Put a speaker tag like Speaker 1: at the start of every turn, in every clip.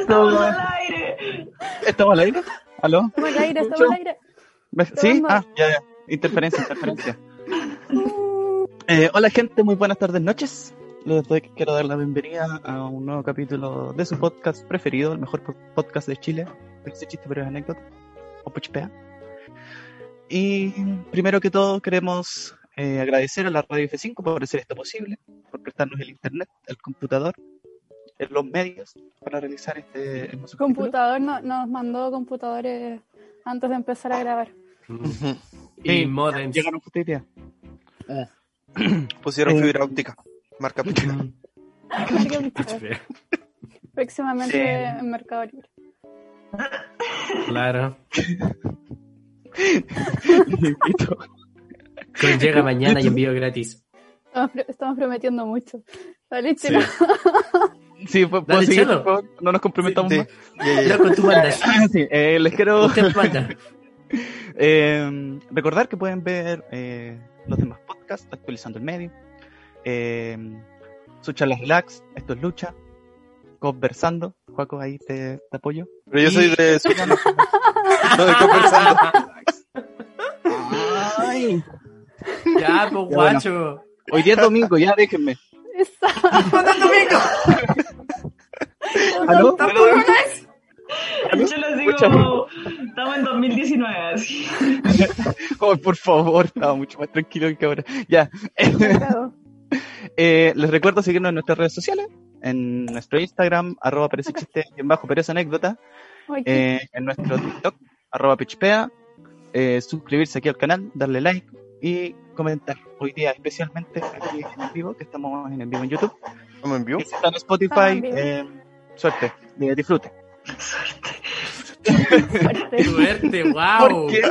Speaker 1: estamos al aire.
Speaker 2: ¿Estamos al aire? ¿Aló?
Speaker 3: Estamos al aire, estamos al aire.
Speaker 2: ¿Me- ¿Sí? Ah, ya, ya. Interferencia, interferencia. Eh, hola gente, muy buenas tardes, noches. Les doy, quiero dar la bienvenida a un nuevo capítulo de su podcast preferido, el mejor po- podcast de Chile. Parece chiste, pero es anécdota. O puchpea. Y primero que todo queremos eh, agradecer a la Radio F5 por hacer esto posible, por prestarnos el internet, el computador, eh, los medios para realizar este hermoso capítulo.
Speaker 3: Computador no- nos mandó computadores antes de empezar a grabar.
Speaker 2: Sí,
Speaker 4: Y modems.
Speaker 2: Llegaron justicia.
Speaker 5: Pusieron
Speaker 2: Eh.
Speaker 5: fibra óptica. Marca Pichina.
Speaker 3: Próximamente
Speaker 2: Ah, Sí.
Speaker 3: en Mercado Libre.
Speaker 4: Claro.
Speaker 2: Listo.
Speaker 4: Con llega mañana y envío gratis.
Speaker 3: Estamos, pro- estamos prometiendo mucho. Dale,
Speaker 4: Sí.
Speaker 3: chico.
Speaker 2: Sí, ¿puedo
Speaker 4: Dale,
Speaker 2: seguir,
Speaker 4: Chelo.
Speaker 2: por favor? No nos comprometamos
Speaker 5: Sí,
Speaker 2: más.
Speaker 5: Ya, ya, ya.
Speaker 4: Loco, tú mandas.
Speaker 2: Ah, sí, eh, les quiero
Speaker 4: Usted manda.
Speaker 2: eh, recordar que pueden ver eh, los demás podcasts, actualizando el medio. Eh, su charla relax, esto es lucha. Conversando. Juaco, ahí te, te apoyo.
Speaker 5: Pero yo soy de Sucha, no, no de conversando.
Speaker 2: Ay.
Speaker 4: Ya, pues guacho.
Speaker 2: Hoy día es domingo, ya déjenme.
Speaker 3: Esa.
Speaker 2: ¿Aló?
Speaker 1: Yo les digo, estamos en 2019. así.
Speaker 2: Oh, por favor, estaba mucho más tranquilo que ahora. Ya.
Speaker 3: Mercado.
Speaker 2: Eh, les recuerdo seguirnos en nuestras redes sociales, en nuestro Instagram, arroba parece chiste, bien bajo, pero es anécdota,
Speaker 3: Ay, qué-
Speaker 2: eh, en nuestro TikTok, arroba pichpea, eh, suscribirse aquí al canal, darle like y comentar. Hoy día especialmente aquí en el vivo, que estamos en el vivo en YouTube,
Speaker 5: ¿Estamos en vivo?
Speaker 2: que está en
Speaker 3: Estamos en
Speaker 2: Spotify,
Speaker 3: vivo.
Speaker 2: eh, suerte, eh, disfrute.
Speaker 4: Qué
Speaker 3: fuerte.
Speaker 4: Suerte, wow.
Speaker 2: Porque,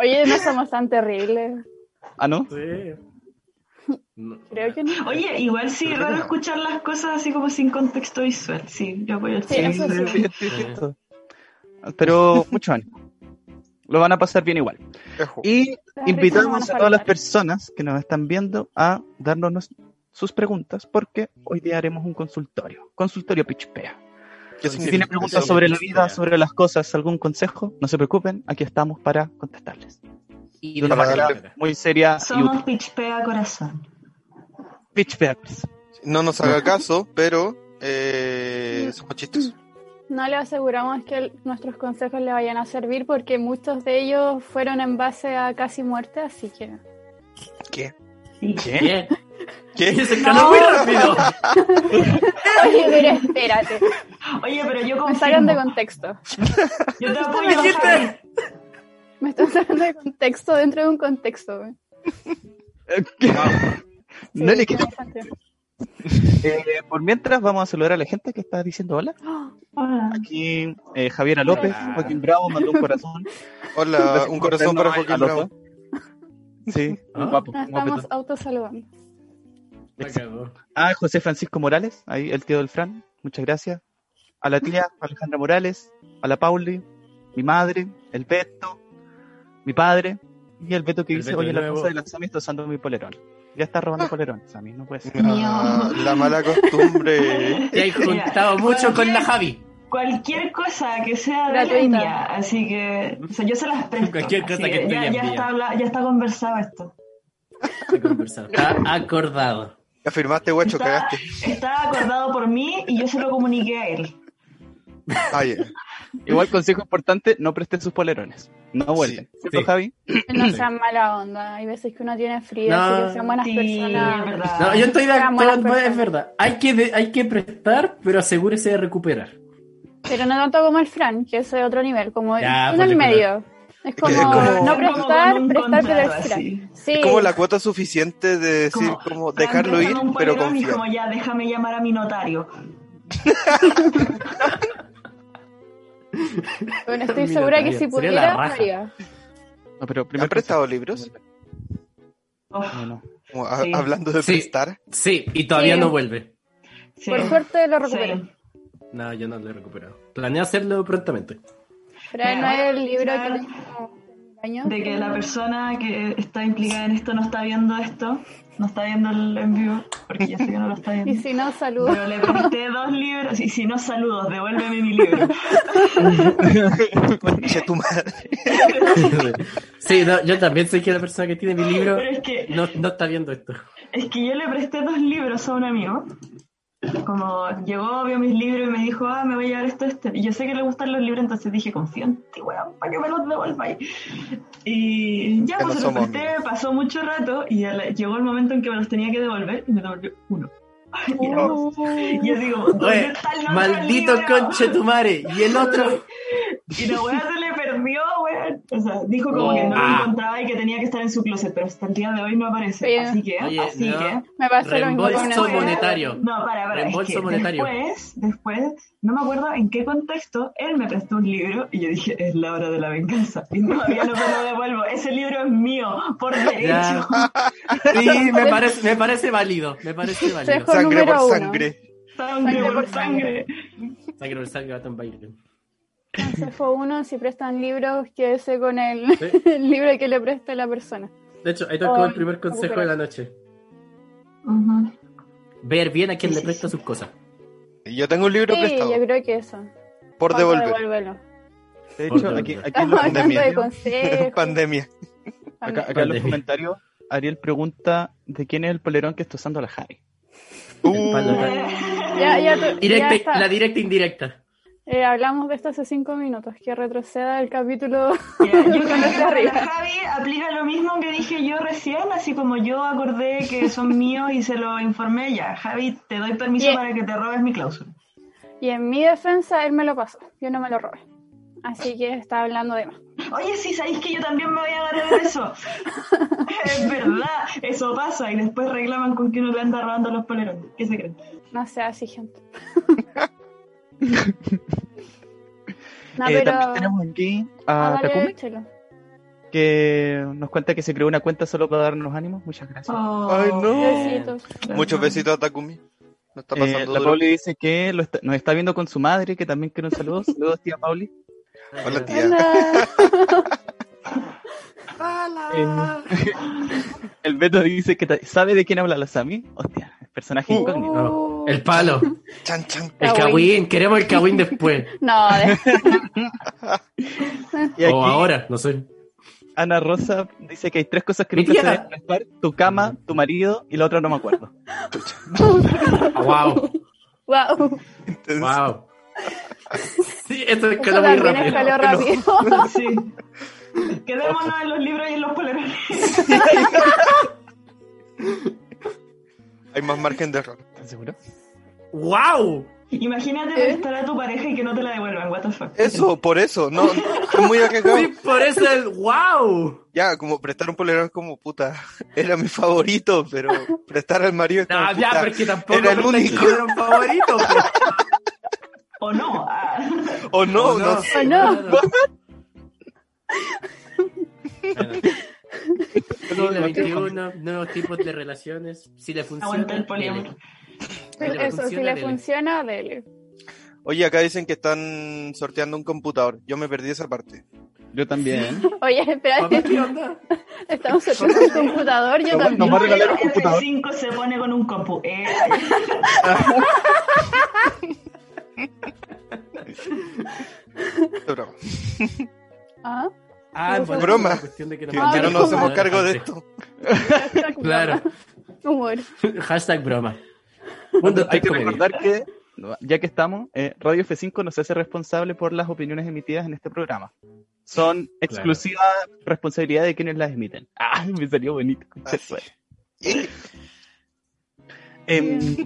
Speaker 3: Oye, no somos tan terribles.
Speaker 2: ah, no,
Speaker 4: Sí. No.
Speaker 3: Creo que no.
Speaker 1: Oye, igual sí, es raro escuchar las cosas así como sin contexto visual. Sí, yo apoyo el
Speaker 3: Sí,
Speaker 1: chiste.
Speaker 3: eso sí.
Speaker 2: Sí, sí, sí, sí. pero mucho ánimo. Lo van a pasar bien igual.
Speaker 5: Ejo.
Speaker 2: Y
Speaker 3: Las
Speaker 2: Invitamos
Speaker 3: ricas
Speaker 2: a
Speaker 3: no
Speaker 2: todas
Speaker 3: van
Speaker 2: las
Speaker 3: a faltar.
Speaker 2: personas que nos están viendo a darnos nos- sus preguntas porque hoy día haremos un consultorio, consultorio Pichpea.
Speaker 5: ¿Qué
Speaker 2: Si
Speaker 5: significa
Speaker 2: tienen preguntas
Speaker 5: eso?
Speaker 2: sobre la vida, sobre las cosas, algún consejo, no se preocupen, aquí estamos para contestarles. Y de una
Speaker 5: Para
Speaker 2: manera
Speaker 4: darle-
Speaker 2: muy seria y
Speaker 1: Somos
Speaker 2: útil.
Speaker 1: pitchpea corazón.
Speaker 2: Pichpea. pues.
Speaker 5: No nos haga caso, pero eh, somos chistes.
Speaker 3: No le aseguramos que el- nuestros consejos le vayan a servir porque muchos de ellos fueron en base a casi muerte, así que.
Speaker 5: ¿Qué?
Speaker 1: Sí.
Speaker 2: ¿Qué?
Speaker 4: ¿Eh? ¿Qué?
Speaker 5: ¿Qué?
Speaker 4: Se escaló muy rápido.
Speaker 3: Oye, pero espérate.
Speaker 1: Oye, pero yo
Speaker 3: Me sacan de
Speaker 1: confirmo.
Speaker 3: contexto.
Speaker 1: Yo te apoyo,
Speaker 4: Me dijiste.
Speaker 1: Javi.
Speaker 3: Me están sacando de contexto dentro de un contexto. güey.
Speaker 2: ¿Qué?
Speaker 3: Sí,
Speaker 2: No le
Speaker 3: tiene
Speaker 2: quito.
Speaker 3: sentido.
Speaker 2: Eh, por mientras vamos a saludar a la gente que está diciendo hola.
Speaker 1: Hola.
Speaker 2: Aquí eh, Javiera López,
Speaker 4: Hola.
Speaker 2: Joaquín Bravo mandó un corazón.
Speaker 5: Hola, un corazón para Joaquín Bravo.
Speaker 2: Sí,
Speaker 4: Ah.
Speaker 2: un guapo.
Speaker 3: Nos
Speaker 2: un guapetón.
Speaker 3: estamos autosaludando.
Speaker 4: La cagó.
Speaker 2: a Ah, José Francisco Morales, ahí el tío del Fran, muchas gracias. A la tía Alejandra Morales, a la Pauli, mi madre, el Beto, mi padre y el Beto que
Speaker 4: El
Speaker 2: dice,
Speaker 4: Beto
Speaker 2: oye,
Speaker 4: de
Speaker 2: la
Speaker 4: nuevo".
Speaker 2: cosa de la Sami está usando mi polerón. Ya está
Speaker 3: Ah.
Speaker 2: robando polerón, Sami, no puede ser.
Speaker 5: Ah, la mala costumbre.
Speaker 4: Te has juntado mucho con la Javi.
Speaker 1: Cualquier cosa que sea de la
Speaker 3: Gratuita.
Speaker 1: mía, así que o sea, yo se las presto.
Speaker 4: Cualquier cosa
Speaker 1: así
Speaker 4: que tú
Speaker 1: ya,
Speaker 4: hayas
Speaker 1: ya
Speaker 4: pillado.
Speaker 1: está, habla- ya está conversado esto.
Speaker 4: Está conversado. Está acordado.
Speaker 5: Afirmaste, guacho,
Speaker 1: Está-
Speaker 5: cagaste.
Speaker 1: Está acordado por mí y yo se lo comuniqué a él.
Speaker 5: Ah, yeah.
Speaker 2: Igual consejo importante, no presten sus polerones. No vuelven. ¿Cierto,
Speaker 4: sí.
Speaker 2: Javi?
Speaker 3: No sean mala onda. Hay veces que uno tiene frío,
Speaker 4: No.
Speaker 3: así que sean buenas
Speaker 1: Sí, es
Speaker 3: personas.
Speaker 1: verdad.
Speaker 4: No, yo estoy de
Speaker 3: Eran buenas
Speaker 4: acuerdo. Es
Speaker 3: personas.
Speaker 4: verdad. Hay que, de- hay que prestar, pero asegúrese de recuperar.
Speaker 3: Pero no tanto como el Fran, que es de otro nivel, como
Speaker 4: Ya,
Speaker 3: uno en el
Speaker 4: ponle
Speaker 3: medio. Es como,
Speaker 5: Es como-
Speaker 3: no
Speaker 1: Es como
Speaker 3: prestar,
Speaker 1: con un
Speaker 3: prestar, pero
Speaker 1: contrato,
Speaker 3: extra.
Speaker 1: así.
Speaker 3: Sí,
Speaker 5: Como la cuota suficiente de decir,
Speaker 1: Como,
Speaker 5: como dejarlo
Speaker 1: Antes
Speaker 5: ir,
Speaker 1: con un
Speaker 5: pero
Speaker 1: polerón y
Speaker 5: confiar.
Speaker 1: como ya, déjame llamar a mi notario.
Speaker 3: bueno, estoy
Speaker 4: Mira,
Speaker 3: segura que
Speaker 4: María,
Speaker 3: si
Speaker 4: sería la
Speaker 3: pudiera, lo
Speaker 4: raja.
Speaker 3: haría.
Speaker 2: No, pero
Speaker 5: ¿Me han
Speaker 2: primero
Speaker 5: prestado libros?
Speaker 1: Oh,
Speaker 2: No, no.
Speaker 5: Como a-
Speaker 1: Sí.
Speaker 5: Hablando de
Speaker 4: Sí.
Speaker 5: prestar.
Speaker 4: Sí, y todavía
Speaker 3: Sí.
Speaker 4: no vuelve.
Speaker 1: sí.
Speaker 3: Por suerte lo
Speaker 1: Sí.
Speaker 3: recupero.
Speaker 4: No, yo no lo he recuperado. Planeo hacerlo prontamente.
Speaker 3: Fran no
Speaker 1: Mira,
Speaker 3: es el libro que
Speaker 1: claro.
Speaker 3: tengo años.
Speaker 1: De que la persona que está implicada en esto no está viendo esto. No está viendo el en vivo, porque ya sé que no lo está
Speaker 3: Y
Speaker 1: viendo.
Speaker 3: si no, saludos.
Speaker 1: Pero le presté dos libros. Y si no, saludos, devuélveme mi libro.
Speaker 5: Conche tu madre.
Speaker 4: Sí, no, yo también soy que la persona que tiene mi libro
Speaker 1: Pero es que
Speaker 4: no, no está viendo esto.
Speaker 1: Es que yo le presté dos libros a un amigo. Como llegó, vio mis libros y me dijo, ah, me voy a llevar esto, este. Y yo sé que le gustan los libros, entonces dije, confío en ti, weón, para que me los devuelváis. Y ya,
Speaker 5: Ya
Speaker 1: pues
Speaker 5: no
Speaker 1: se los
Speaker 5: somos
Speaker 1: presté, pasó mucho rato y a la- llegó el momento en que me los tenía que devolver y me devolvió uno. Y era dos. Y yo digo, ¿dónde
Speaker 4: Oye,
Speaker 1: está el otro
Speaker 4: Oh. maldito
Speaker 1: libro?
Speaker 4: conchetumare Y el otro.
Speaker 1: Y la weá se le perdió, weón. O sea, dijo como que no lo
Speaker 4: Ah.
Speaker 1: encontraba y que tenía que estar en su closet, pero hasta el día de hoy no aparece.
Speaker 3: Oye.
Speaker 1: Así que,
Speaker 4: Oye,
Speaker 1: así
Speaker 4: no.
Speaker 1: que.
Speaker 3: Me pasó lo mismo con una
Speaker 4: Reembolso
Speaker 1: Después-
Speaker 3: weá.
Speaker 4: monetario.
Speaker 1: No, para, para.
Speaker 4: Reembolso
Speaker 1: es que
Speaker 4: monetario.
Speaker 1: Después, después, no me acuerdo en qué contexto, él me prestó un libro y yo dije, es la hora de la venganza. Y todavía no me lo devuelvo. Ese libro es mío, por derecho.
Speaker 4: Sí, me parece, me parece válido. Me parece válido.
Speaker 3: Dejo
Speaker 5: Sangre
Speaker 3: número
Speaker 5: por
Speaker 3: uno.
Speaker 5: sangre.
Speaker 1: Sangre
Speaker 3: Sangre
Speaker 1: por
Speaker 3: por sangre.
Speaker 1: sangre.
Speaker 4: Sangre por sangre, gato en baile.
Speaker 3: Consejo uno, si prestan libros, quédese con el,
Speaker 4: Sí.
Speaker 3: el libro que le preste la persona.
Speaker 4: De hecho, ahí tocó
Speaker 3: Oh,
Speaker 4: el primer consejo de la noche.
Speaker 1: Ujú.
Speaker 4: Ver bien a quien
Speaker 1: Sí,
Speaker 4: le
Speaker 1: sí,
Speaker 4: presta sus cosas.
Speaker 5: Yo tengo un libro
Speaker 3: Sí,
Speaker 5: prestado
Speaker 3: yo creo que eso.
Speaker 5: por
Speaker 3: Para
Speaker 5: devolver.
Speaker 3: devolverlo.
Speaker 2: De hecho, aquí, aquí,
Speaker 3: Estamos
Speaker 2: lo-
Speaker 3: hablando
Speaker 5: pandemia.
Speaker 3: de consejos.
Speaker 5: Pandemia.
Speaker 2: acá-
Speaker 3: también.
Speaker 2: acá en los comentarios, Ariel pregunta de quién es el polerón que está usando la Jari.
Speaker 5: Uh,
Speaker 4: Panda-
Speaker 3: Ya, ya, te- ya
Speaker 2: este,
Speaker 4: Directa,
Speaker 3: está.
Speaker 4: la directa e indirecta.
Speaker 3: Eh, hablamos de esto hace cinco minutos, que retroceda el capítulo.
Speaker 1: Mira, yo creo
Speaker 3: Cuando
Speaker 1: que
Speaker 3: está arriba.
Speaker 1: la Javi aplica lo mismo que dije yo recién, así como yo acordé que son míos y se lo informé ya. Javi, te doy permiso
Speaker 3: Bien.
Speaker 1: para que te robes mi cláusula.
Speaker 3: Y en mi defensa, él me lo pasó. Yo no me lo robé. Así que está hablando de más.
Speaker 1: Oye, si sabéis que yo también me voy a agarrar de eso. es verdad, eso pasa. Y después reclaman con que uno le anda robando los polerones. ¿Qué se creen?
Speaker 3: No sea así, gente. no,
Speaker 2: Eh,
Speaker 3: pero.
Speaker 2: También tenemos aquí
Speaker 3: Ah,
Speaker 2: a
Speaker 3: dale,
Speaker 2: Takumi,
Speaker 3: échalo.
Speaker 2: que nos cuenta que se creó una cuenta solo para darnos ánimos. Muchas gracias.
Speaker 1: Ah.
Speaker 5: Ay, no.
Speaker 3: Besitos.
Speaker 5: Muchos besitos a Takumi. No está
Speaker 2: Eh,
Speaker 5: pasando
Speaker 2: la
Speaker 5: duro.
Speaker 2: Pauli dice que lo está- nos está viendo con su madre, que también quiere un saludo. Saludos, tía Pauli.
Speaker 5: Hola, tía.
Speaker 3: Hola.
Speaker 2: Eh, el Beto dice que ta- sabe de quién habla la Sami. Hostia, el personaje
Speaker 3: Oh.
Speaker 5: Uh.
Speaker 2: incógnito.
Speaker 4: No, el palo.
Speaker 5: Chan, chan.
Speaker 4: El
Speaker 3: Kawin.
Speaker 4: cagüín. Queremos el cagüín después.
Speaker 3: No, de-
Speaker 2: Y aquí
Speaker 4: O Oh, ahora, no sé.
Speaker 2: Ana Rosa dice que hay tres cosas que
Speaker 4: Mi
Speaker 2: nunca
Speaker 4: tía.
Speaker 2: se deben prestar: tu cama, tu marido y la otra no me acuerdo.
Speaker 4: Wow,
Speaker 3: wow.
Speaker 5: Entonces,
Speaker 4: wow. Sí, esto es
Speaker 3: Eso
Speaker 4: muy
Speaker 3: también
Speaker 4: rápido.
Speaker 3: escaló rápido.
Speaker 1: Sí. Quedémonos en los libros y en los polerones.
Speaker 5: hay más margen de error.
Speaker 2: ¿Estás seguro?
Speaker 4: Wow.
Speaker 1: Imagínate
Speaker 3: ¿Eh?
Speaker 1: prestar a tu pareja y que no te la devuelvan. What the fuck.
Speaker 5: Eso, por eso. No, es muy
Speaker 4: Sí,
Speaker 5: arriesgado.
Speaker 4: por eso el wow.
Speaker 5: Ya, como prestar un polerón es como puta. Era mi favorito, pero prestar al marido es como,
Speaker 4: No, ya,
Speaker 5: puta,
Speaker 4: porque tampoco
Speaker 5: Era el
Speaker 4: me
Speaker 5: único.
Speaker 4: dijeron un favorito. pero-
Speaker 1: O no. Ah.
Speaker 5: O no,
Speaker 4: Oh,
Speaker 5: no.
Speaker 3: Oh, no.
Speaker 4: Siglo 21, nuevos tipos de relaciones. Si le funciona.
Speaker 1: Aguanta Ah, el poliamor.
Speaker 4: dele.
Speaker 3: Eso, si le
Speaker 4: dele.
Speaker 3: funciona, dele.
Speaker 5: Oye, acá dicen que están sorteando un computador. Yo me perdí esa parte.
Speaker 2: Yo también.
Speaker 3: Oye, espera,
Speaker 4: Papá, ¿qué onda?
Speaker 3: estamos cerrando el computador, yo
Speaker 2: Nos- nos
Speaker 3: también.
Speaker 2: va a regalar un computador.
Speaker 1: F5 se pone con un compu. Eh,
Speaker 5: Es broma.
Speaker 3: Ah,
Speaker 4: Ah,
Speaker 3: Broma.
Speaker 4: bueno, es una cuestión de que nos
Speaker 5: Que
Speaker 3: Ah,
Speaker 5: que no
Speaker 4: mandaron
Speaker 5: nos
Speaker 4: un
Speaker 5: hacemos
Speaker 4: computador
Speaker 5: cargo de
Speaker 4: antes.
Speaker 5: esto.
Speaker 3: hashtag
Speaker 4: Claro.
Speaker 3: Humor.
Speaker 4: Hashtag broma. pues, Mundo
Speaker 2: Hay que
Speaker 4: Tech Comedia.
Speaker 2: recordar que, ya que estamos, eh, Radio F5 no se hace responsable por las opiniones emitidas en este programa. Son exclusiva responsabilidad de quienes las emiten. Ah, me salió bonito. concha de madre.
Speaker 5: Eh,
Speaker 2: Em,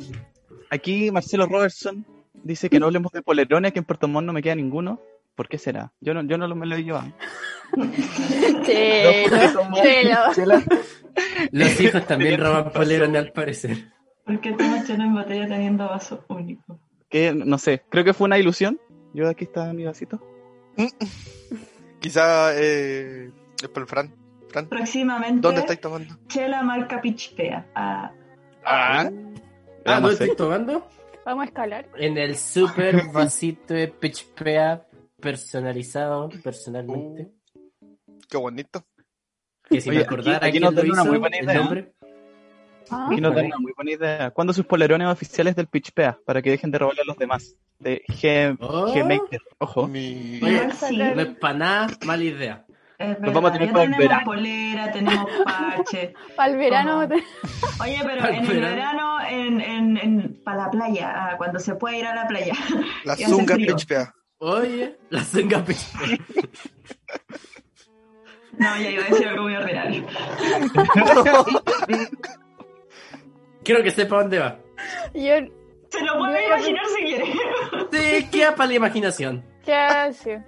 Speaker 2: aquí Marcelo Robertson dice que no hablemos de polerones, que en Puerto Montt no me queda ninguno. ¿Por qué será? Yo no, yo no lo me lo he llevado.
Speaker 3: Chelo, chelo.
Speaker 4: Los hijos también roban polerón al parecer.
Speaker 1: ¿Por qué tomas chela en botella teniendo vaso único?
Speaker 2: Que, no sé, creo que fue una ilusión. Yo aquí está mi vasito.
Speaker 5: Quizá eh, es por el Fran. Fran,
Speaker 1: Próximamente,
Speaker 5: ¿dónde estáis tomando?
Speaker 1: chela marca Pichpea. Ah,
Speaker 5: Ah,
Speaker 4: Ah, ¿no
Speaker 2: Vamos a
Speaker 4: estoy
Speaker 2: hacer-
Speaker 4: tomando?
Speaker 3: Vamos a escalar.
Speaker 4: En el super vasito de PHPA personalizado personalmente.
Speaker 5: uh, qué bonito.
Speaker 4: que si
Speaker 2: Oye,
Speaker 4: me acordara
Speaker 2: aquí- aquí
Speaker 4: quién
Speaker 2: nos
Speaker 4: lo
Speaker 2: dan una
Speaker 4: hizo,
Speaker 2: muy buena
Speaker 4: el
Speaker 2: idea.
Speaker 4: nombre,
Speaker 3: Ah,
Speaker 2: Y nos dan una muy buena idea. ¿Cuándo sus polerones oficiales del Pitchpea? Para que dejen de robarle a los demás. De G-
Speaker 4: Oh.
Speaker 2: Gmaker. Ojo.
Speaker 5: Mi-
Speaker 4: Oye,
Speaker 1: Sí.
Speaker 4: no es para nada, mala idea.
Speaker 1: Es
Speaker 2: Nos
Speaker 1: verdad,
Speaker 2: vamos a tener
Speaker 1: ya
Speaker 2: para el
Speaker 1: tenemos
Speaker 2: verano.
Speaker 1: polera, tenemos parche.
Speaker 3: Para el verano.
Speaker 1: Ajá.
Speaker 4: Ah.
Speaker 1: Oye, pero
Speaker 4: Para el
Speaker 1: en el
Speaker 4: verano.
Speaker 1: verano, en, en, en, para la playa, ah, cuando se puede ir a la playa.
Speaker 5: La
Speaker 1: Y hace
Speaker 5: zunga
Speaker 1: frío.
Speaker 5: PHPA.
Speaker 4: Oye, la zunga pichpea.
Speaker 1: No, ya iba a decir algo muy ordinario.
Speaker 4: Quiero que sepa dónde va.
Speaker 3: Yo,
Speaker 1: Se lo puede
Speaker 3: Yo-
Speaker 1: imaginar si quiere.
Speaker 4: Te queda para la imaginación.
Speaker 3: ¿qué hace?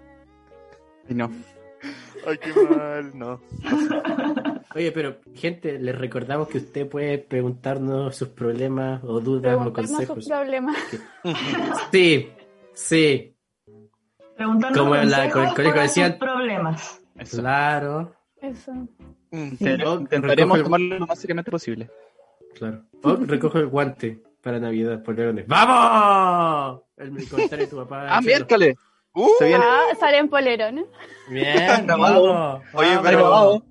Speaker 2: Y no.
Speaker 5: Ay, qué mal, no.
Speaker 4: Oye, pero gente, les recordamos que usted puede preguntarnos sus problemas o dudas o
Speaker 3: Preguntarnos sus
Speaker 4: consejos.
Speaker 3: problemas.
Speaker 4: Sí, sí,
Speaker 1: Preguntarnos
Speaker 4: Como la-
Speaker 1: consejos
Speaker 4: con el colegio
Speaker 1: para
Speaker 4: decían.
Speaker 1: sus problemas.
Speaker 2: Eso.
Speaker 4: claro,
Speaker 3: Eso.
Speaker 5: Mm.
Speaker 2: Te-
Speaker 4: no,
Speaker 2: Intentaremos
Speaker 4: recoge-
Speaker 2: tomarlo lo más seriamente posible.
Speaker 4: claro. O recojo el guante para Navidad, polerones. ¡Vamos! El comentario de tu papá.
Speaker 2: ¡Ah,
Speaker 4: Chelo.
Speaker 2: miércoles!
Speaker 5: Uh,
Speaker 2: Se viene.
Speaker 3: Ah, salen polerones.
Speaker 4: Bien, Ah,
Speaker 2: Grabado.
Speaker 4: vamos.
Speaker 5: Oye,
Speaker 4: vamos.
Speaker 5: pero-
Speaker 2: Grabado.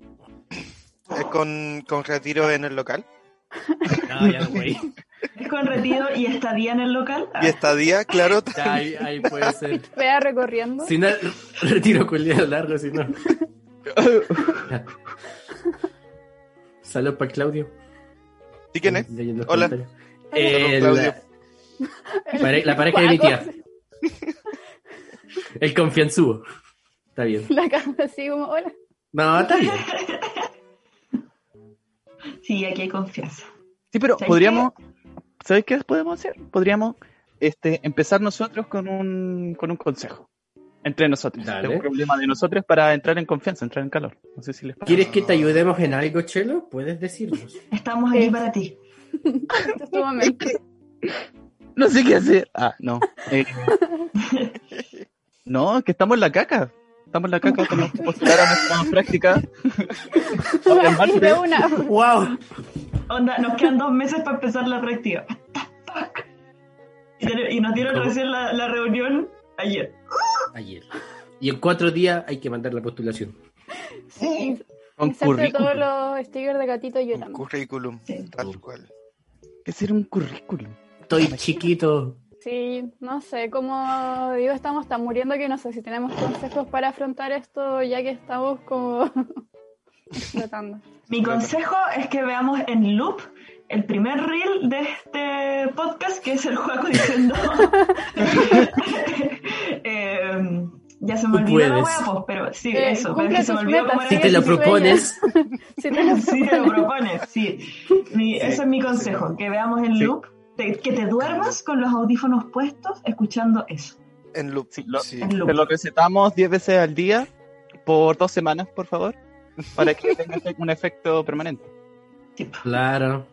Speaker 5: ¿es eh, con, con retiro en el local.
Speaker 4: No, ya, güey.
Speaker 1: Es con retiro y estadía en el local. Ah,
Speaker 5: Y estadía, claro. t-
Speaker 4: Ya, ahí, ahí puede ser.
Speaker 3: Vea recorriendo.
Speaker 4: Si no, retiro culiado largo, si no. Salud para Claudio.
Speaker 5: ¿Sí quién es?
Speaker 4: Leyendo los
Speaker 5: Hola.
Speaker 4: comentarios. Eh,
Speaker 5: Saludos,
Speaker 4: la, pare- la pareja de mi tía. El confianzudo. Está bien.
Speaker 3: La cama así como, hola.
Speaker 4: No, está bien.
Speaker 1: Sí, aquí hay confianza.
Speaker 2: Sí, pero
Speaker 1: ¿Sabes
Speaker 2: podríamos. ¿Sabes qué podemos hacer? Podríamos este, empezar nosotros con un, con un consejo. Entre nosotros.
Speaker 4: Dale.
Speaker 2: De un problema de nosotros para entrar en confianza, entrar en calor. No sé si les parece.
Speaker 4: ¿Quieres que te ayudemos en algo, Chelo? Puedes decirnos.
Speaker 1: Estamos aquí
Speaker 3: Sí.
Speaker 1: para ti.
Speaker 3: Este es tu momento.
Speaker 2: No sé qué hacer. Ah, no. Eh, no, que estamos en la caca. Estamos en la caca, tenemos que postular a nuestra práctica. Ahora en
Speaker 3: Así de
Speaker 2: marzo.
Speaker 3: una.
Speaker 4: ¡Wow!
Speaker 1: Onda, nos quedan dos meses para empezar la práctica. What the fuck? Y te- Y nos dieron
Speaker 4: ¿Cómo?
Speaker 1: recién la, la reunión ayer.
Speaker 4: Ayer. Y en cuatro días hay que mandar la postulación.
Speaker 3: Sí.
Speaker 2: Con
Speaker 3: Inserte
Speaker 2: currículum.
Speaker 3: todos los stickers de gatito y yo
Speaker 5: Un
Speaker 3: también.
Speaker 5: currículum,
Speaker 1: Sí.
Speaker 5: tal cual.
Speaker 2: Hay que hacer un currículum.
Speaker 4: Estoy chiquito.
Speaker 3: Sí, no sé, como digo, estamos tan muriendo que no sé si tenemos consejos para afrontar esto ya que estamos como explotando.
Speaker 1: Mi consejo es que veamos en loop el primer reel de este podcast, que es el juego diciendo. Eh, ya se me
Speaker 4: Tú
Speaker 1: olvidó la
Speaker 4: puedes.
Speaker 1: wea, pues, pero sí,
Speaker 3: Eh,
Speaker 1: eso.
Speaker 3: cumple
Speaker 1: Pero es que se me
Speaker 3: tus
Speaker 1: olvidó
Speaker 3: metas,
Speaker 1: cómo era
Speaker 4: Si
Speaker 1: el-
Speaker 4: te lo
Speaker 3: Sí, sueño.
Speaker 4: propones,
Speaker 3: Si tenemos
Speaker 1: Sí, te lo propones, sí. Mi- ese es mi consejo, que veamos en
Speaker 2: Sí.
Speaker 1: loop, te- que te duermas con los audífonos puestos escuchando eso.
Speaker 5: En loop.
Speaker 2: Sí, lo-
Speaker 5: sí.
Speaker 1: En loop.
Speaker 2: Te lo recetamos 10 veces al día por dos semanas, por favor, para que tenga efe- un efecto permanente.
Speaker 1: Sí.
Speaker 4: Claro.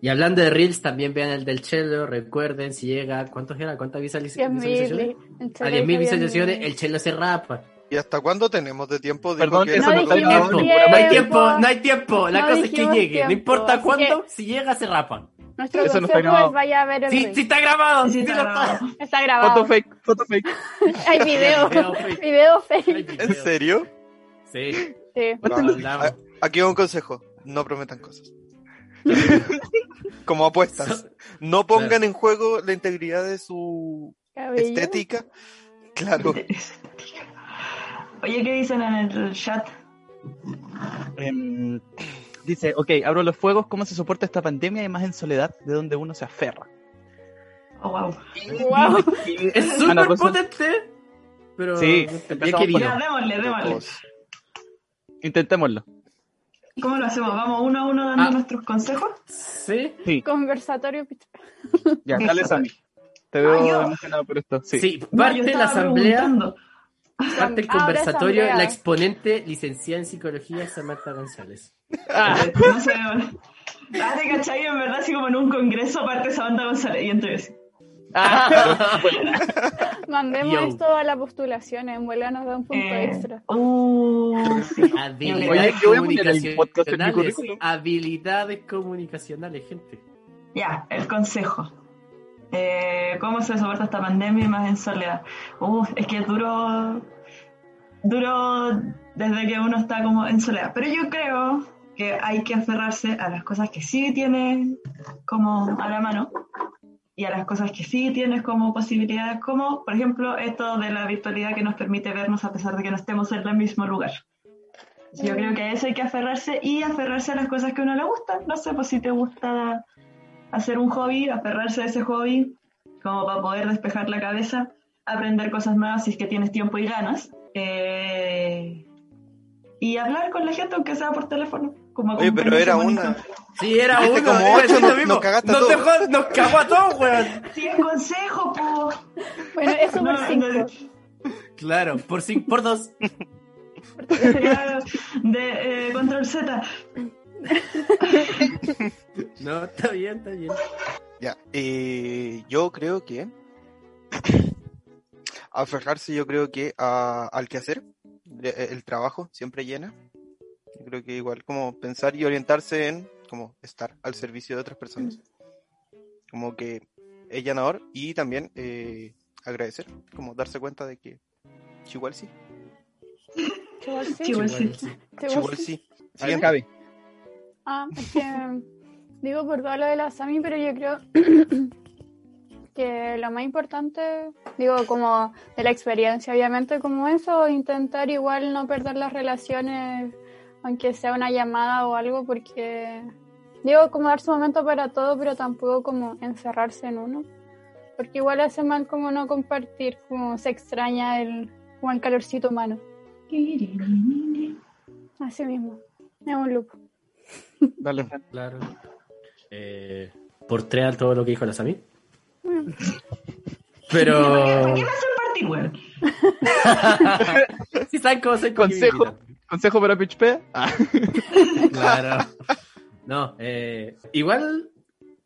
Speaker 4: Y hablando de Reels, también vean el del Chelo. Recuerden, si llega, ¿cuántos era? ¿Cuántas visualiz-
Speaker 3: 10.000
Speaker 4: visualizaciones? A 10.000 visualizaciones, el Chelo se rapa.
Speaker 5: ¿Y hasta cuándo tenemos de tiempo? Dijo
Speaker 2: Perdón,
Speaker 5: que
Speaker 2: eso
Speaker 3: No
Speaker 2: no está
Speaker 3: dijimos
Speaker 2: grabado en
Speaker 4: tiempo,
Speaker 2: ninguna
Speaker 4: No hay
Speaker 2: parte.
Speaker 4: tiempo, no hay tiempo. La
Speaker 3: No
Speaker 4: cosa es que
Speaker 3: dijimos
Speaker 4: llegue.
Speaker 3: tiempo,
Speaker 4: no importa
Speaker 3: así
Speaker 4: cuándo, si llega, se rapa.
Speaker 3: Nuestro
Speaker 2: Eso no está
Speaker 3: consejo
Speaker 2: grabado.
Speaker 3: es vaya a ver el
Speaker 4: Sí,
Speaker 3: reel.
Speaker 4: sí está grabado.
Speaker 1: Sí,
Speaker 4: Sí,
Speaker 1: está
Speaker 4: lo
Speaker 1: grabado.
Speaker 4: está.
Speaker 3: Está grabado.
Speaker 2: Foto fake, foto fake.
Speaker 3: Hay video.
Speaker 4: Video
Speaker 3: video
Speaker 4: fake.
Speaker 3: fake.
Speaker 5: ¿En serio?
Speaker 4: Sí,
Speaker 3: Sí.
Speaker 5: What the-
Speaker 4: lo mandamos.
Speaker 5: A- Aquí va un consejo. No prometan cosas. Como apuestas. No pongan en juego la integridad de su
Speaker 3: Cabello.
Speaker 5: estética. Claro.
Speaker 1: Oye, ¿qué dicen en el chat?
Speaker 2: Em, dice, ok, abro los fuegos, ¿cómo se soporta esta pandemia y más en soledad de donde uno se aferra?
Speaker 1: Oh, wow.
Speaker 3: Wow.
Speaker 1: Ah,
Speaker 4: Es
Speaker 2: Ana
Speaker 1: pues
Speaker 4: súper
Speaker 2: Rosa.
Speaker 4: potente. Pero
Speaker 2: Sí,
Speaker 4: no sé,
Speaker 2: empezamos
Speaker 4: ya querido.
Speaker 1: Ya, démosle, démosle.
Speaker 2: Intentémoslo.
Speaker 1: ¿Cómo lo hacemos? ¿Vamos uno a uno dando
Speaker 4: Ah.
Speaker 1: nuestros consejos?
Speaker 4: Sí.
Speaker 2: Sí,
Speaker 3: Conversatorio.
Speaker 2: ya,
Speaker 1: Eso.
Speaker 2: dale, Sammy. Te veo
Speaker 1: Ah, yo.
Speaker 2: emocionado por esto. Sí.
Speaker 4: Sí,
Speaker 1: No,
Speaker 4: parte
Speaker 1: yo
Speaker 4: de la
Speaker 1: estaba
Speaker 4: asamblea.
Speaker 1: preguntando.
Speaker 4: Parte el
Speaker 3: Ahora
Speaker 4: conversatorio,
Speaker 3: asamblea.
Speaker 4: la exponente licenciada en psicología Samantha González.
Speaker 1: Eh, No sé. Ah, te cachai, en verdad, así como en un congreso, aparte Samantha González. Y entonces,
Speaker 3: Mandemos
Speaker 4: Yo.
Speaker 3: esto a la postulación. En vuela nos da un punto
Speaker 1: eh,
Speaker 3: extra.
Speaker 1: uh, sí.
Speaker 4: Habilidades
Speaker 1: Oye,
Speaker 2: yo voy a poner el podcast en mi
Speaker 4: comunicacionales.
Speaker 2: currículum.
Speaker 4: Habilidades comunicacionales, gente.
Speaker 1: Ya, el consejo. Eh, ¿Cómo se soporta esta pandemia y más en soledad? Uh, es que es duro, duro desde que uno está como en soledad. Pero yo creo que hay que aferrarse a las cosas que sí tienes como a la mano y a las cosas que sí tienes como posibilidades, como por ejemplo esto de la virtualidad que nos permite vernos a pesar de que no estemos en el mismo lugar. Yo creo que a eso hay que aferrarse y aferrarse a las cosas que a uno le gustan. No sé, pues si te gusta hacer un hobby, aferrarse a ese hobby, como para poder despejar la cabeza, aprender cosas nuevas si es que tienes tiempo y ganas. Eh, y hablar con la gente, aunque sea por teléfono. Como
Speaker 5: Oye,
Speaker 1: con
Speaker 5: pero era
Speaker 1: bonito.
Speaker 5: una.
Speaker 4: Sí, era
Speaker 5: Dijiste
Speaker 4: uno.
Speaker 5: como
Speaker 4: iba a decir
Speaker 5: ocho,
Speaker 4: lo
Speaker 5: nos-
Speaker 4: mismo.
Speaker 5: nos cagaste a
Speaker 4: Nos
Speaker 5: todos.
Speaker 4: dejó- Nos cagó a todos, weón.
Speaker 1: Sí, es consejo, po.
Speaker 3: Bueno, eso por
Speaker 1: No, no.
Speaker 3: cinco.
Speaker 4: Claro, por, cin- por dos.
Speaker 1: Claro, de eh, Control Z.
Speaker 4: No, está bien, está bien.
Speaker 5: Ya, eh, yo creo que aferrarse yo creo que a- al quehacer, de- eh, el trabajo siempre llena. Yo creo que igual como pensar y orientarse en como estar al servicio de otras personas. Como que es llanador y también eh, agradecer, como darse cuenta de que igual sí,
Speaker 3: Chubal sí,
Speaker 1: Chubal. Igual sí.
Speaker 4: Igual sí.
Speaker 3: chubal
Speaker 5: igual
Speaker 3: sí.
Speaker 5: sí.
Speaker 2: Alguien
Speaker 5: Siguiente.
Speaker 2: cabe.
Speaker 3: Ah, es que digo por todo lo de la Sami, pero yo creo que lo más importante, digo, como de la experiencia, obviamente, como eso, intentar igual no perder las relaciones, aunque sea una llamada o algo, porque digo, como darse momento para todo, pero tampoco como encerrarse en uno, porque igual hace mal como no compartir, como se extraña el, como el calorcito humano, así mismo, es un loop.
Speaker 2: Dale.
Speaker 4: Claro. Eh, por tres a todo lo que dijo la Sami.
Speaker 1: ¿Para
Speaker 4: Pero.
Speaker 1: qué me hacen partir, weón?
Speaker 4: Si saben cómo soy
Speaker 2: Consejo. Consejo para PHP. Ah,
Speaker 4: Claro. No, eh, igual,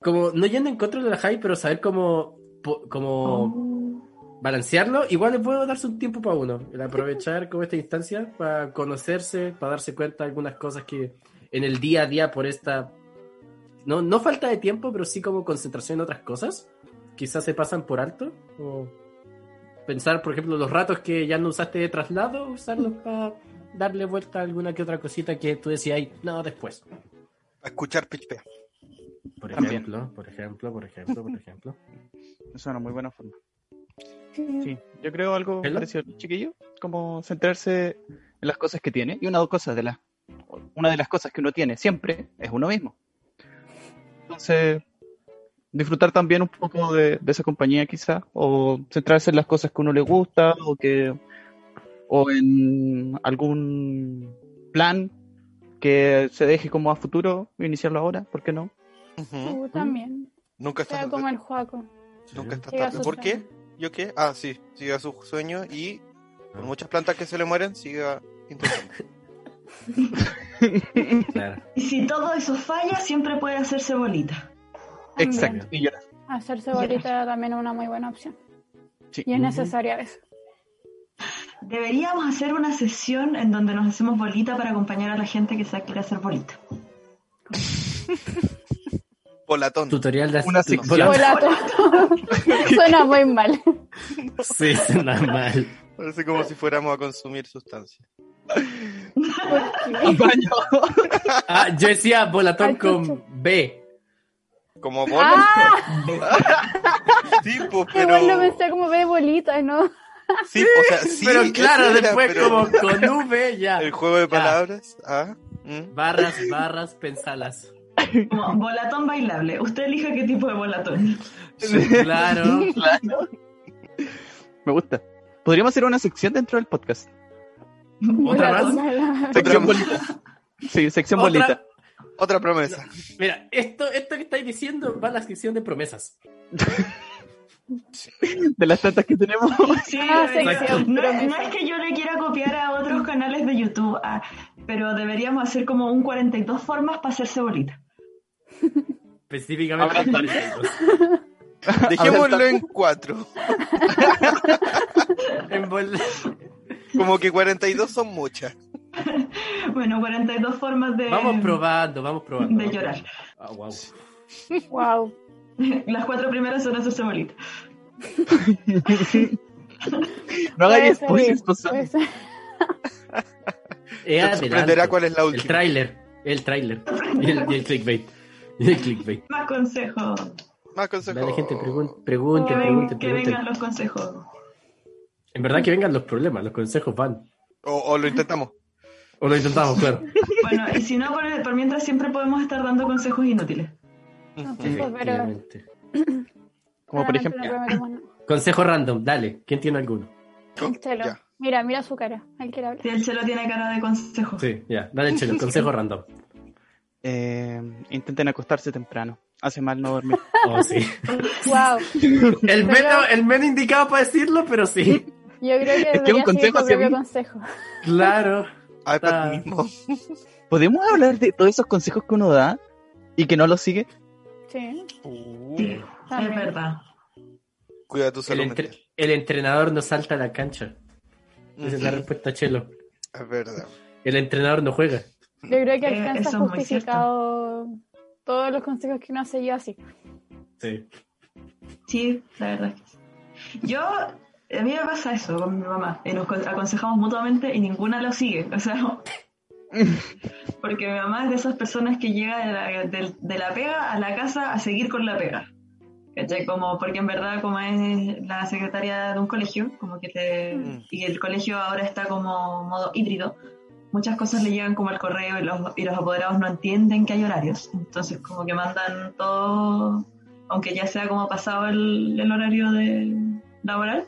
Speaker 4: como no yendo en contra de la hype, pero saber cómo, po- cómo balancearlo, igual le puedo darse un tiempo para uno. El aprovechar como esta instancia para conocerse, para darse cuenta de algunas cosas que en el día a día por esta. No, no falta de tiempo, pero sí como concentración en otras cosas. Quizás se pasan por alto. O pensar, por ejemplo, los ratos que ya no usaste de traslado, usarlos para darle vuelta a alguna que otra cosita que tú decías, "Ay, no, después.
Speaker 5: A escuchar PHP.
Speaker 4: Por
Speaker 2: También.
Speaker 4: ejemplo, por ejemplo, por ejemplo, por ejemplo.
Speaker 2: Es una muy buena forma. Sí, yo creo algo
Speaker 4: ¿Hello?
Speaker 2: parecido al chiquillo, como centrarse en las cosas que tiene. Y una cosa de las una de las cosas que uno tiene siempre es uno mismo. Entonces, disfrutar también un poco de, de esa compañía quizá, o centrarse en las cosas que uno le gusta, o que o en algún plan que se deje como a futuro, iniciarlo ahora, ¿por qué no? ¿Mm?
Speaker 5: Ujú.
Speaker 3: Tú también.
Speaker 5: Nunca está
Speaker 3: Sea
Speaker 5: tarde.
Speaker 3: como el Juaco.
Speaker 5: Nunca está
Speaker 3: Llega a
Speaker 5: tarde.
Speaker 3: sus
Speaker 5: ¿Por qué?
Speaker 3: sueños.
Speaker 5: ¿Yo qué? Ah, sí, siga su sueño y
Speaker 4: Ah.
Speaker 5: por muchas plantas que se le mueren, siga intentando.
Speaker 4: Claro.
Speaker 1: Y si todo eso falla, siempre puede hacerse bolita.
Speaker 3: También.
Speaker 2: Exacto. Y yo
Speaker 3: Hacerse bolita también es una muy buena opción.
Speaker 2: Sí.
Speaker 3: Y es necesaria eso.
Speaker 1: Deberíamos hacer una sesión en donde nos hacemos bolita para acompañar a la gente que se quiere hacer bolita.
Speaker 5: Polatón.
Speaker 4: Tutorial de
Speaker 2: Una
Speaker 4: no,
Speaker 2: sección.
Speaker 4: volar.
Speaker 3: Volato. Suena muy mal.
Speaker 4: Sí, suena mal.
Speaker 5: Parece como si fuéramos a consumir sustancias.
Speaker 3: Porque-
Speaker 4: Ah, yo decía volatón
Speaker 3: Ay, chucha.
Speaker 4: con B.
Speaker 5: Como bola,
Speaker 3: ¡Ah!
Speaker 5: tipo,
Speaker 3: Qué
Speaker 5: pero.
Speaker 3: bueno pensé como ve bolita, ¿no?
Speaker 5: Sí, o sea, sí,
Speaker 4: pero claro,
Speaker 5: eso era,
Speaker 4: después
Speaker 5: pero
Speaker 4: como con V ya.
Speaker 5: El juego de
Speaker 4: Ya.
Speaker 5: palabras. Ah, mm.
Speaker 4: Barras, barras, pensalas.
Speaker 1: Como bolatón bailable. Usted elija qué tipo de bolatón.
Speaker 4: Claro.
Speaker 2: Me gusta. Podríamos hacer una sección dentro del podcast.
Speaker 4: ¿Otra
Speaker 3: Volato.
Speaker 2: Sección
Speaker 5: Otra-
Speaker 2: bolita. Sí, sección
Speaker 4: Otra-
Speaker 2: bolita.
Speaker 5: Otra promesa.
Speaker 4: Mira, esto, esto que estáis diciendo va a la sección de promesas.
Speaker 2: De las tantas que tenemos.
Speaker 1: Sí,
Speaker 3: Ah,
Speaker 1: bueno,
Speaker 4: sección
Speaker 1: no,
Speaker 3: promesa.
Speaker 1: no es que yo le quiera copiar a otros canales de YouTube, ah, pero deberíamos hacer como un 42 formas para hacerse bolita.
Speaker 4: Específicamente.
Speaker 5: Ah,
Speaker 2: Habrá
Speaker 4: para ellos.
Speaker 5: Dejémoslo en cuatro.
Speaker 4: En vol-
Speaker 5: Como que 42 son muchas.
Speaker 1: Bueno, 42 formas de,
Speaker 4: Vamos probando, vamos probando.
Speaker 1: de
Speaker 4: vamos
Speaker 1: llorar.
Speaker 4: probando. Ah, wow.
Speaker 3: Wow.
Speaker 1: Las cuatro primeras son hacerse bolita.
Speaker 2: No hagáis pues,
Speaker 3: Puede ser,
Speaker 2: spoilers, por favor.
Speaker 3: puede ser.
Speaker 4: Eh,
Speaker 5: Te
Speaker 4: adelante.
Speaker 5: sorprenderá cuál es la
Speaker 4: El
Speaker 5: última.
Speaker 4: tráiler. El tráiler. Y el, y el clickbait. Y el clickbait.
Speaker 1: Más consejos.
Speaker 5: Más consejos.
Speaker 4: Dale, gente, pregun-
Speaker 1: que,
Speaker 4: pregunten,
Speaker 1: ven-
Speaker 4: pregunten,
Speaker 1: que vengan
Speaker 4: pregunten.
Speaker 1: los consejos.
Speaker 4: En verdad que vengan los problemas, los consejos van.
Speaker 5: O, o lo intentamos.
Speaker 4: O lo intentamos, claro.
Speaker 1: Bueno, y si no, por, el- por mientras siempre podemos estar dando consejos inútiles.
Speaker 5: Mm,
Speaker 3: pero
Speaker 4: Efectivamente.
Speaker 2: Como por
Speaker 3: claramente no
Speaker 2: ejemplo,
Speaker 3: prometemos nada.
Speaker 4: Consejo random, dale. ¿Quién tiene alguno?
Speaker 3: El Chelo.
Speaker 5: Ya.
Speaker 3: Mira, mira su cara. Él quiere hablar.
Speaker 1: Si el chelo tiene cara de consejo.
Speaker 4: Sí, ya. Dale, chelo. Consejo random.
Speaker 2: eh, intenten acostarse temprano. Hace mal no dormir.
Speaker 4: Oh, sí.
Speaker 3: Wow.
Speaker 4: El menos, el menos indicado para decirlo, pero sí.
Speaker 3: Yo creo que
Speaker 2: que un
Speaker 3: debería seguir
Speaker 2: consejo
Speaker 3: tu
Speaker 2: hacia
Speaker 3: propio
Speaker 2: mí.
Speaker 3: consejo.
Speaker 4: Claro.
Speaker 5: A ver, para
Speaker 4: Ah.
Speaker 5: ti mismo.
Speaker 2: ¿Podemos hablar de todos esos consejos que uno da y que no los sigue?
Speaker 3: Sí.
Speaker 4: Uh.
Speaker 1: Sí, es
Speaker 3: también.
Speaker 1: verdad.
Speaker 5: Cuida tu
Speaker 4: El,
Speaker 5: salud
Speaker 4: entre-
Speaker 5: mental.
Speaker 4: el entrenador no salta a la cancha. Esa es la
Speaker 5: Ujú,
Speaker 4: respuesta, chelo.
Speaker 5: Es verdad.
Speaker 4: El entrenador no juega.
Speaker 3: Yo creo que
Speaker 1: Eh,
Speaker 3: alcanza
Speaker 1: eso es muy
Speaker 3: justificado todos los consejos que uno se yo así.
Speaker 4: Sí.
Speaker 1: Sí, la verdad es que sí. Yo, a mí me pasa eso con mi mamá. Y nos con- aconsejamos mutuamente y ninguna lo sigue. O sea, porque mi mamá es de esas personas que llega de la, del- de la pega a la casa a seguir con la pega. ¿Cachai? Como, porque en verdad, como es la secretaria de un colegio, como que te.
Speaker 5: Mm.
Speaker 1: Y el colegio ahora está como modo híbrido. Muchas cosas le llegan como al correo y los, y los apoderados no entienden que hay horarios. Entonces, como que mandan todo aunque ya sea como pasado el, el horario de laboral.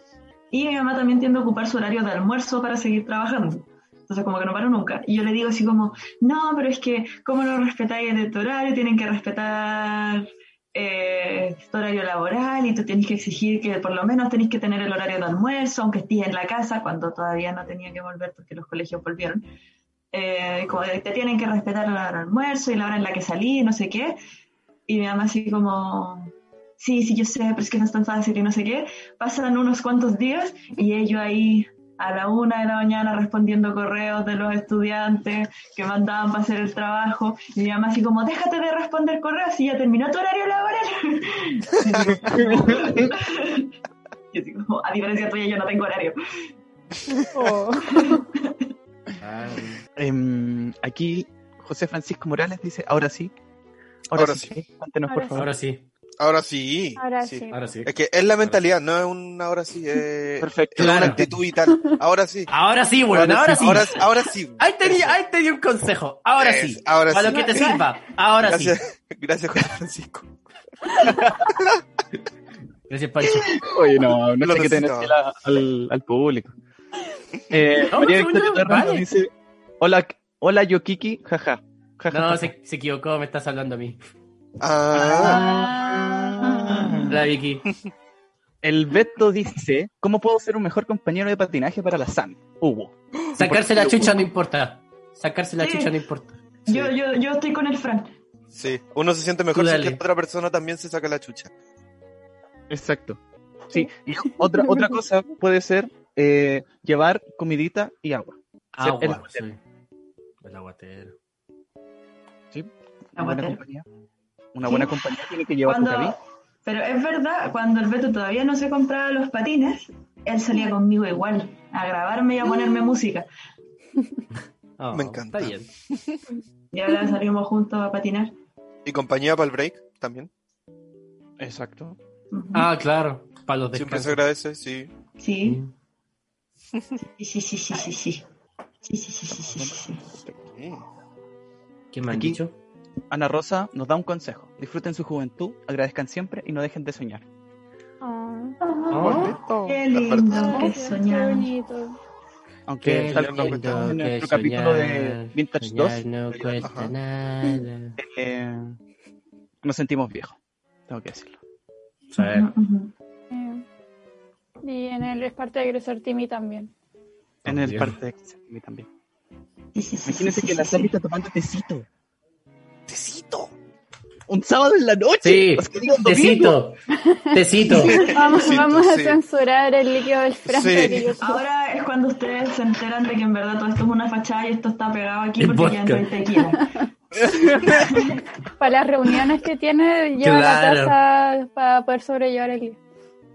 Speaker 1: Y mi mamá también tiende a ocupar su horario de almuerzo para seguir trabajando. Entonces como que no paro nunca. Y yo le digo así como, no, pero es que, ¿cómo no respetáis el de tu horario? Tienen que respetar eh, tu horario laboral y tú tienes que exigir que por lo menos tenés que tener el horario de almuerzo, aunque estés en la casa, cuando todavía no tenía que volver porque los colegios volvieron. Eh, como de, te tienen que respetar el horario de almuerzo y la hora en la que salí, no sé qué. Y mi mamá así como, sí, sí, yo sé, pero es que no es tan fácil y no sé qué. Pasan unos cuantos días y ellos ahí a la una de la mañana respondiendo correos de los estudiantes que mandaban para hacer el trabajo. Y mi mamá así como, déjate de responder correos y ya terminó tu horario laboral. yo así como, a diferencia tuya, yo no tengo horario.
Speaker 3: Oh.
Speaker 5: Ah.
Speaker 2: Em, aquí José Francisco Morales dice, ahora sí. Ahora,
Speaker 5: Ahora
Speaker 2: sí. eh, Cuéntenos,
Speaker 3: Ahora
Speaker 2: por favor.
Speaker 4: Ahora sí.
Speaker 5: Ahora sí.
Speaker 3: Ahora sí.
Speaker 4: Ahora sí.
Speaker 5: Es que es la mentalidad, no es un ahora sí. Es
Speaker 2: Perfecto.
Speaker 5: es una
Speaker 4: Claro.
Speaker 5: actitud y tal. Ahora sí.
Speaker 4: Ahora sí, weón. Ahora sí.
Speaker 5: Ahora, ahora sí.
Speaker 4: Ahí te di, ahí te di un consejo. Ahora
Speaker 5: Es,
Speaker 4: sí.
Speaker 5: ahora
Speaker 4: Para
Speaker 5: sí.
Speaker 4: lo que te sirva. Ahora
Speaker 5: Gracias,
Speaker 4: sí.
Speaker 5: gracias, Juan Francisco.
Speaker 4: Gracias, Pancho.
Speaker 2: Oye, no, no
Speaker 5: Lo
Speaker 2: hay que tener
Speaker 5: necesitaba.
Speaker 2: fiel a- al, al público. Eh,
Speaker 4: No,
Speaker 2: María
Speaker 4: según
Speaker 2: Victoria
Speaker 4: yo,
Speaker 2: Terrano
Speaker 4: vale.
Speaker 2: dice, hola, hola Yokiki, jaja. Jaja,
Speaker 4: No,
Speaker 2: jaja.
Speaker 4: se, se equivocó, me estás hablando a mí.
Speaker 5: Ah,
Speaker 2: Ah.
Speaker 4: La Vicky.
Speaker 2: El Beto dice, ¿cómo puedo ser un mejor compañero de patinaje para la Sam? Hugo.
Speaker 4: Sacarse la chucha no importa. Sacarse la
Speaker 1: Sí.
Speaker 4: chucha no importa.
Speaker 5: Sí.
Speaker 1: Yo, yo, yo estoy con el Fran.
Speaker 5: sí, uno se siente mejor
Speaker 4: Tú
Speaker 5: si
Speaker 4: dale.
Speaker 5: que la otra persona también se saca la chucha.
Speaker 2: Exacto. Sí, y otra, otra cosa puede ser eh, llevar comidita y agua. el
Speaker 4: Agua.
Speaker 2: aguatero.
Speaker 4: Ah, sí. El aguatero.
Speaker 2: Una buena
Speaker 1: Aguatero.
Speaker 2: compañía. Una
Speaker 1: Sí.
Speaker 2: buena compañía tiene que llevar tu
Speaker 1: Cuando, pero es verdad, cuando el Beto todavía no se compraba los patines, él salía conmigo igual, a grabarme y a ponerme música.
Speaker 4: Ah,
Speaker 5: Me encanta.
Speaker 4: Está bien.
Speaker 1: Y ahora salimos juntos a patinar.
Speaker 5: Y compañía para el break también.
Speaker 2: Exacto.
Speaker 1: Ujú.
Speaker 4: Ah, claro. Para los
Speaker 5: Siempre se
Speaker 4: descansos.
Speaker 5: agradece, sí.
Speaker 1: Sí, sí, sí, sí, sí, sí, sí. Sí, sí, sí, sí, sí, sí, sí.
Speaker 5: Mm.
Speaker 4: ¿Qué me han
Speaker 2: Aquí.
Speaker 4: dicho?
Speaker 2: Ana Rosa nos da un consejo. Disfruten su juventud, agradezcan siempre y no dejen de soñar.
Speaker 3: Oh.
Speaker 4: Ah.
Speaker 1: Qué lindo
Speaker 5: Las
Speaker 1: que
Speaker 3: Qué
Speaker 1: soñamos.
Speaker 3: bonito.
Speaker 2: Aunque
Speaker 5: Qué
Speaker 2: tal
Speaker 5: lindo
Speaker 2: como
Speaker 5: que
Speaker 2: comentamos en nuestro capítulo de Vintage 2,
Speaker 4: no
Speaker 5: cuesta Ajá.
Speaker 4: nada.
Speaker 2: eh, nos sentimos viejos. Tengo que decirlo.
Speaker 1: Ujú, ujú.
Speaker 3: Eh, Y en el es parte de Agresor Timmy también.
Speaker 2: En el
Speaker 4: También.
Speaker 2: parte de a mí también.
Speaker 1: Sí, sí, sí,
Speaker 2: Imagínense
Speaker 1: sí,
Speaker 2: que
Speaker 1: sí,
Speaker 2: la
Speaker 1: sí.
Speaker 2: Sally está tomando tecito. ¡Tecito! Un sábado en la noche.
Speaker 4: Sí.
Speaker 2: O sea, que digo, un domingo.
Speaker 4: Tecito. Tecito.
Speaker 3: Vamos,
Speaker 5: Siento,
Speaker 3: vamos a
Speaker 5: sí.
Speaker 3: censurar el líquido del Fran
Speaker 5: Sí.
Speaker 3: para que yo-
Speaker 1: Ahora es cuando ustedes se enteran de que en verdad todo esto es una fachada y esto está pegado aquí
Speaker 4: El
Speaker 1: porque ya entra el
Speaker 4: vodka.
Speaker 1: tequila.
Speaker 3: para las reuniones que tiene, lleva
Speaker 4: Claro.
Speaker 3: la taza para poder sobrellevar el día.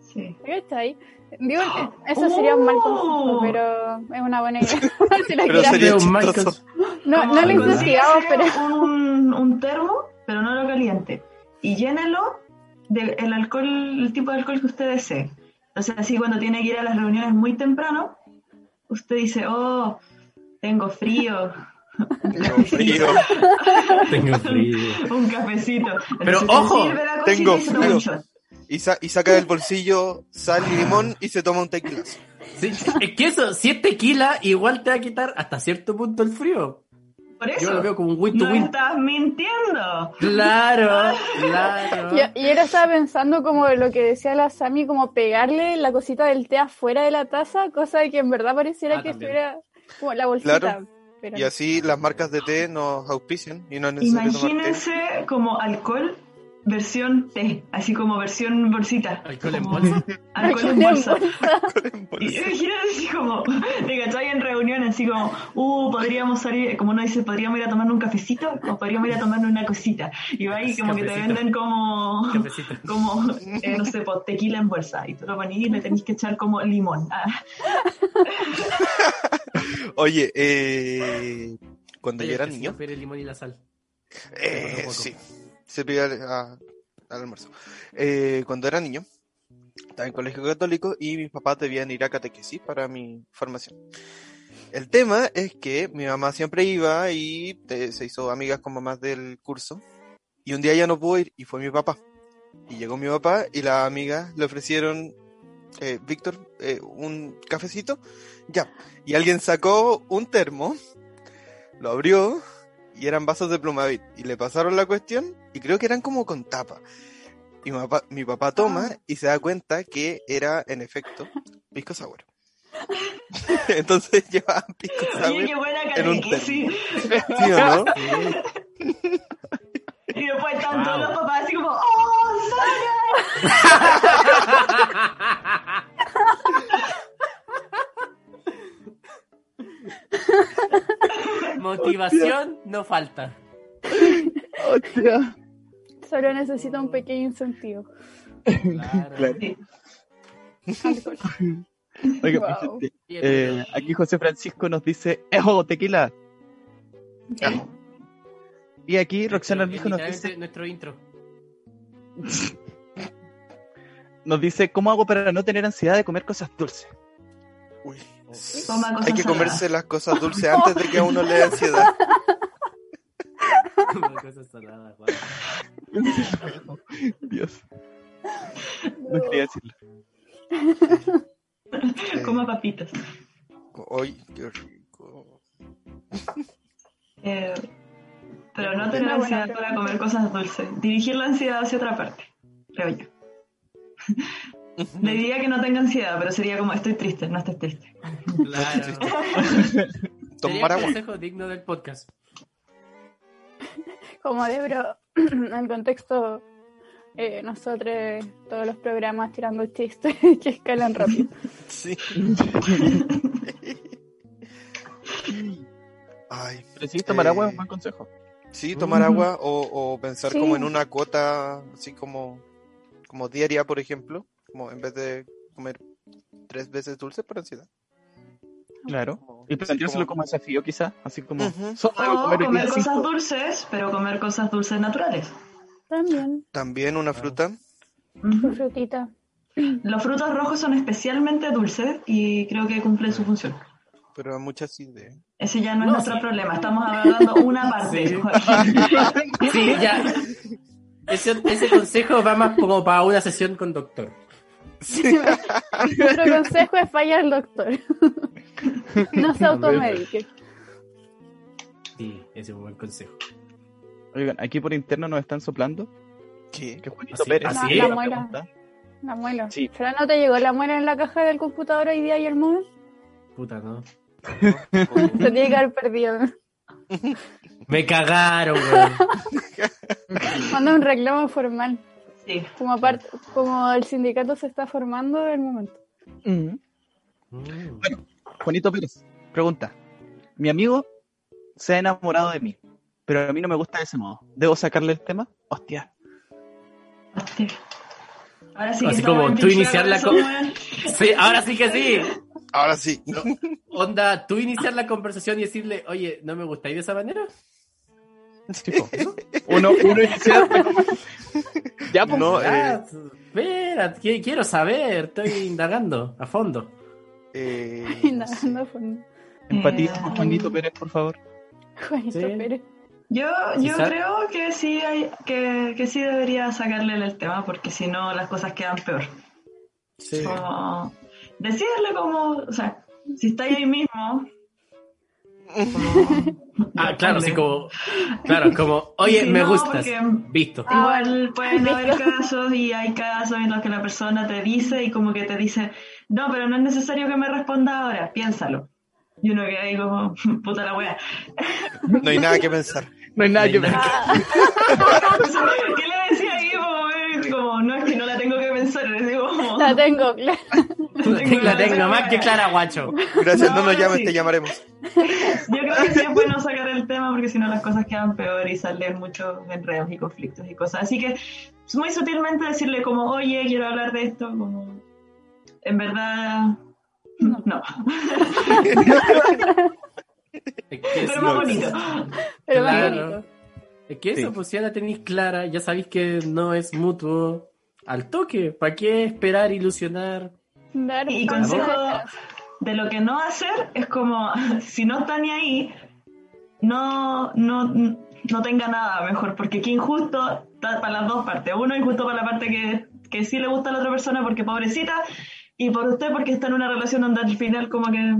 Speaker 1: Sí.
Speaker 3: Ahí está ahí. Digo, eso sería un mal consejo, pero es una buena idea. si la
Speaker 5: ¡Oh! Pero
Speaker 3: quieras.
Speaker 5: sería
Speaker 4: Creo, Michael.
Speaker 5: chistoso.
Speaker 3: No, no lo
Speaker 4: Como
Speaker 1: Consíguese
Speaker 3: investigamos, pero
Speaker 1: Un, un termo, pero no lo caliente. Y llénalo del el alcohol, el tipo de alcohol que usted desee. O sea, así cuando tiene que ir a las reuniones muy temprano, usted dice, oh, tengo frío,
Speaker 5: Tengo frío.
Speaker 4: Tengo frío.
Speaker 1: un cafecito.
Speaker 4: Pero,
Speaker 1: Entonces,
Speaker 4: ojo,
Speaker 1: sirve la cosita
Speaker 5: tengo
Speaker 1: y se toma
Speaker 5: frío.
Speaker 1: un shot.
Speaker 5: Y, sa- y saca del bolsillo sal y limón y se toma un tequila.
Speaker 4: Sí, es que eso, si es tequila, igual te va a quitar hasta cierto punto el frío.
Speaker 1: Por eso,
Speaker 4: Yo lo veo como un win to
Speaker 1: no
Speaker 4: win.
Speaker 1: estás mintiendo.
Speaker 4: Claro,
Speaker 5: Ah.
Speaker 4: claro.
Speaker 3: yo, yo ahora estaba pensando como lo que decía la Sami, como pegarle la cosita del té afuera de la taza, cosa que en verdad pareciera
Speaker 4: Ah,
Speaker 3: que
Speaker 4: también.
Speaker 3: estuviera como la bolsita.
Speaker 5: Claro.
Speaker 3: Pero
Speaker 5: Y así las marcas de té nos auspician y no es necesario tomar té.
Speaker 1: Imagínense como alcohol versión té, así como versión bolsita.
Speaker 4: ¿Alcohol en
Speaker 1: Como
Speaker 4: bolsa?
Speaker 1: Alcohol en bolsa.
Speaker 5: en
Speaker 1: Y
Speaker 5: bolsa.
Speaker 1: imagínate así como, te cachai en reuniones, así como, uh, podríamos salir, como uno dice, podríamos ir a tomar un cafecito, o podríamos ir a tomar una cosita. Y va y como que te
Speaker 4: Cafecito.
Speaker 1: venden como,
Speaker 4: Cafecito.
Speaker 1: como, eh, no sé, po, tequila en bolsa. Y tú lo ponís y le tenés que echar como limón. Ah,
Speaker 5: Oye, eh, cuando yo era
Speaker 4: Oye, que
Speaker 5: niño,
Speaker 4: se pere el limón y la sal.
Speaker 5: Eh,
Speaker 4: Bueno, poco.
Speaker 5: sí, se pide al, a- al almuerzo. Eh, cuando era niño, estaba en colegio católico y mis papás debían ir a catequesis para mi formación. El tema es que mi mamá siempre iba y te- se hizo amigas con mamás del curso. Y un día ya no pudo ir y fue mi papá. Y llegó mi papá y las amigas le ofrecieron, eh, Víctor, eh, un cafecito. Ya. Y alguien sacó un termo, lo abrió y eran vasos de plumavit. Y le pasaron la cuestión y creo que eran como con tapa. Y mi papá, mi papá
Speaker 1: Ah.
Speaker 5: toma y se da cuenta que era, en efecto, pisco sour. Entonces llevaban pisco
Speaker 1: Oye, qué
Speaker 5: sour.
Speaker 1: buena
Speaker 5: en un
Speaker 1: catequesis.
Speaker 5: ¿Sí o no?
Speaker 1: Y después están todos
Speaker 4: Wow.
Speaker 1: los papás así como, ¡oh, Sara!
Speaker 4: Motivación no falta.
Speaker 2: Hostia.
Speaker 3: solo necesita un pequeño incentivo.
Speaker 4: Claro.
Speaker 2: Claro.
Speaker 1: Sí.
Speaker 3: Alcohol.
Speaker 2: Oiga,
Speaker 3: Wow.
Speaker 2: por gente, eh, aquí José Francisco nos dice, ¡ejo, tequila! Y aquí Roxana
Speaker 4: Es
Speaker 2: Armijo nos
Speaker 4: literalmente
Speaker 2: dice,
Speaker 4: Nuestro intro.
Speaker 2: nos dice, ¿cómo hago para no tener ansiedad de comer cosas dulces?
Speaker 5: Uy.
Speaker 1: Toma cosas
Speaker 5: Hay que
Speaker 1: saladas.
Speaker 5: comerse las cosas dulces antes de que a uno le dé ansiedad.
Speaker 4: Como cosas saladas, guau.
Speaker 2: Dios. No quería decirlo.
Speaker 5: Eh,
Speaker 1: Coma papitas.
Speaker 5: Ay, qué rico.
Speaker 1: Eh, pero no
Speaker 3: Es
Speaker 1: tener
Speaker 3: una buena
Speaker 1: ansiedad para
Speaker 3: pregunta.
Speaker 1: comer cosas dulces. Dirigir la ansiedad hacia otra parte, creo yo. Le diría que no tenga ansiedad, pero sería como, estoy triste, no estés triste.
Speaker 4: Claro. Sería
Speaker 5: Tomar
Speaker 4: un
Speaker 5: agua.
Speaker 4: consejo digno del podcast.
Speaker 3: Como de bro, en contexto, eh, nosotros todos los programas tirando chistes que escalan rápido.
Speaker 5: Sí. Ay,
Speaker 2: Pero sí, tomar agua es
Speaker 5: Eh,
Speaker 2: un buen consejo.
Speaker 5: sí, tomar
Speaker 1: Mm.
Speaker 5: agua o, o pensar
Speaker 3: Sí.
Speaker 5: como en una cuota así como, como diaria, por ejemplo. Como en vez de comer tres veces dulce por ansiedad.
Speaker 2: Claro.
Speaker 5: Como-
Speaker 2: Y planteárselo
Speaker 5: sí,
Speaker 2: como desafío, quizás. Así como,
Speaker 5: Ujú.
Speaker 2: solo voy a
Speaker 1: O
Speaker 2: Ah, comer hoy
Speaker 1: Oh, comer
Speaker 2: día
Speaker 1: cosas
Speaker 2: cinco.
Speaker 1: dulces, pero comer cosas dulces naturales.
Speaker 3: También,
Speaker 5: También
Speaker 2: Ah.
Speaker 5: una fruta.
Speaker 3: con
Speaker 1: Ujú.
Speaker 3: frutita.
Speaker 1: Los frutos rojos son especialmente dulces y creo que cumplen su función.
Speaker 5: Pero muchas ideas.
Speaker 1: Ese ya no es
Speaker 4: No,
Speaker 1: nuestro
Speaker 4: sí.
Speaker 1: problema, estamos hablando una parte.
Speaker 4: Sí.
Speaker 1: Joaquín.
Speaker 4: Sí, ya. Ese, ese consejo va más como para una sesión con doctor.
Speaker 3: Nuestro consejo es fallar al doctor. No se automedique.
Speaker 4: Sí, ese es un buen consejo.
Speaker 2: Oigan, aquí por interno nos están soplando.
Speaker 5: ¿Qué?
Speaker 2: Que Juanito
Speaker 4: Así-
Speaker 2: Pérez.
Speaker 4: así
Speaker 2: hizo
Speaker 4: es.
Speaker 2: una
Speaker 3: La muela.
Speaker 2: pregunta.
Speaker 3: La muela.
Speaker 2: Sí.
Speaker 3: Fran, ¿no te llegó la muela en la caja del computador hoy día y el móvil?
Speaker 4: Puta, ¿no?
Speaker 3: Se tiene que haber perdido.
Speaker 4: Me cagaron, weón.
Speaker 3: Manda un reclamo formal.
Speaker 1: Sí.
Speaker 3: Como, aparte, como el sindicato se está formando, el momento.
Speaker 2: Mm.
Speaker 4: Mm.
Speaker 2: Juanito Pérez pregunta: Mi amigo se ha enamorado de mí, pero a mí no me gusta de ese modo. ¿Debo sacarle el tema? Hostia.
Speaker 1: Hostia. Ahora sí que
Speaker 4: Así
Speaker 1: esa
Speaker 4: como
Speaker 1: weá
Speaker 4: tú
Speaker 1: pinche
Speaker 4: iniciar la
Speaker 1: corazón,
Speaker 4: co-
Speaker 1: weón.
Speaker 4: Sí, ahora sí que sí.
Speaker 5: Ahora sí.
Speaker 4: Onda, tú iniciar la conversación y decirle, oye, ¿no me gustáis de esa manera?
Speaker 2: Uno, uno inicia la conversación. Ya, pues.
Speaker 5: No, eh,
Speaker 4: Ah, espera, qui- quiero saber, estoy indagando a fondo.
Speaker 5: eh, no sé.
Speaker 3: Indagando fondo.
Speaker 2: Empatiza con Juanito Pérez, por favor.
Speaker 3: Juanito
Speaker 4: Sí.
Speaker 3: Pérez.
Speaker 1: Yo,
Speaker 4: Sí,
Speaker 1: yo
Speaker 4: sa-
Speaker 1: creo que sí hay, que, que sí debería sacarle el tema, porque si no las cosas quedan peor.
Speaker 4: Sí.
Speaker 1: Como decirle como, o sea, si estáis ahí mismo. como-
Speaker 4: Ah, claro, sí, como, claro, como, oye,
Speaker 1: Sí,
Speaker 4: me
Speaker 1: no,
Speaker 4: gustas,
Speaker 1: porque-
Speaker 4: visto.
Speaker 3: Ah,
Speaker 1: Igual pueden haber casos y hay casos en los que la persona te dice y como que te dice, no, pero no es necesario que me responda ahora, piénsalo. Y uno que ahí como, puta la wea.
Speaker 5: No hay nada que pensar.
Speaker 2: No hay nada
Speaker 4: No hay
Speaker 2: que
Speaker 4: nada
Speaker 2: ver.
Speaker 1: ¿Qué le decía ahí? Como, eh, como, no es que no la tengo que pensar, le digo como,
Speaker 3: La tengo, claro.
Speaker 4: Tú la tengo, la tengo
Speaker 1: tengo
Speaker 4: más que
Speaker 1: idea.
Speaker 4: clara, guacho.
Speaker 5: Gracias, no,
Speaker 1: No,
Speaker 5: nos
Speaker 1: ahora
Speaker 5: llames,
Speaker 1: sí.
Speaker 5: te llamaremos.
Speaker 1: yo creo que sí es bueno sacar el tema porque si no las cosas quedan peor y salen muchos enredos y conflictos y cosas. Así que muy sutilmente decirle como, oye, quiero hablar de esto, como, en verdad,
Speaker 3: No.
Speaker 1: no.
Speaker 4: Es que
Speaker 1: Pero
Speaker 4: eso-
Speaker 1: más bonito.
Speaker 3: Pero más
Speaker 4: Claro.
Speaker 3: bonito.
Speaker 4: Es que eso,
Speaker 2: Sí.
Speaker 4: pues ya la tenéis clara, ya sabéis que no es mutuo. Al toque, ¿para qué esperar, ilusionar?
Speaker 3: Dar
Speaker 1: Y
Speaker 3: pasos
Speaker 1: consejo-
Speaker 3: atrás.
Speaker 1: De lo que no hacer es como, si no está ni ahí, no, no, no tenga nada mejor, porque qué injusto está para las dos partes. Uno injusto para la parte que, que sí le gusta a la otra persona porque pobrecita, y por usted porque está en una relación donde al final como que...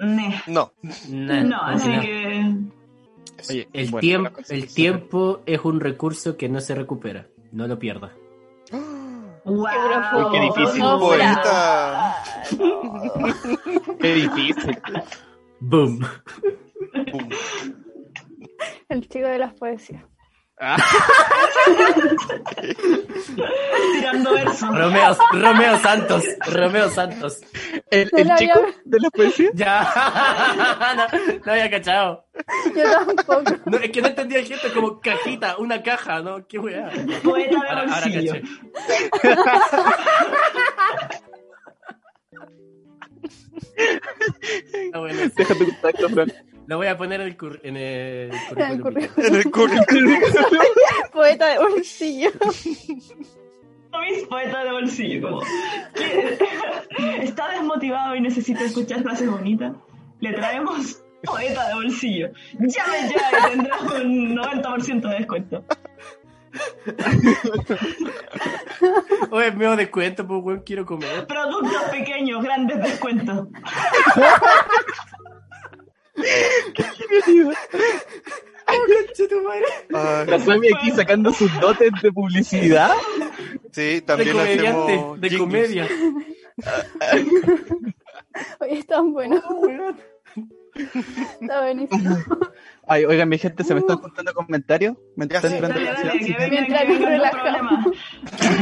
Speaker 1: neh,
Speaker 5: No.
Speaker 2: Eh,
Speaker 4: Nah,
Speaker 1: no,
Speaker 4: al
Speaker 1: así
Speaker 4: final.
Speaker 1: que...
Speaker 2: Oye,
Speaker 4: El,
Speaker 2: bueno,
Speaker 4: tiemp-
Speaker 5: la cosa es
Speaker 4: el
Speaker 5: que-
Speaker 4: tiempo es un recurso que no se recupera. No lo pierdas.
Speaker 1: ¡Wow!
Speaker 3: Qué profundo.
Speaker 2: qué difícil,
Speaker 3: No,
Speaker 5: poeta.
Speaker 3: ah, no.
Speaker 2: Qué difícil.
Speaker 4: ¡Boom!
Speaker 5: Boom.
Speaker 3: El chico de las poesías.
Speaker 1: Tirando verso.
Speaker 4: Romeo, Romeo Santos. Romeo Santos.
Speaker 2: El,
Speaker 3: No
Speaker 2: el
Speaker 3: la había-
Speaker 2: chico de la poesía.
Speaker 4: Ya. No, no había cachado.
Speaker 3: Yo tampoco.
Speaker 4: No, es que no entendía el gesto como cajita, una caja, ¿no? ¿Qué weá?
Speaker 1: Poeta de
Speaker 4: Ahora, ahora
Speaker 1: bolsillo.
Speaker 4: caché. Está bueno.
Speaker 2: Deja tu contacto, Fran.
Speaker 4: Lo voy a poner en el, cur- en el
Speaker 3: En el
Speaker 4: currículum.
Speaker 5: En el currículum.
Speaker 3: Poeta de bolsillo.
Speaker 1: Mis poetas de bolsillo. como, ¿qué? Está desmotivado y necesita escuchar frases bonitas. Le traemos poeta de bolsillo. Llame ya y tendrá un 90% de descuento.
Speaker 4: Oye, me de cuento, pues, weón, quiero comer.
Speaker 1: Productos pequeños, grandes descuentos.
Speaker 5: Ay,
Speaker 2: La Sami aquí sacando sus dotes de publicidad.
Speaker 5: sí,
Speaker 4: De
Speaker 5: también
Speaker 4: comediante,
Speaker 5: hacemos
Speaker 4: de
Speaker 5: jingles.
Speaker 4: comedia.
Speaker 3: Oye, es tan bueno.
Speaker 4: Weón.
Speaker 3: Está buenísimo.
Speaker 2: Ay, oigan, mi gente, se me están juntando comentarios. Me
Speaker 5: Ya
Speaker 2: están
Speaker 5: sé.
Speaker 2: entrando
Speaker 1: Dale, dale,
Speaker 2: mensajes.
Speaker 1: que venga,
Speaker 3: Mientras
Speaker 1: que venga,
Speaker 3: nos
Speaker 1: no hay
Speaker 3: relajamos.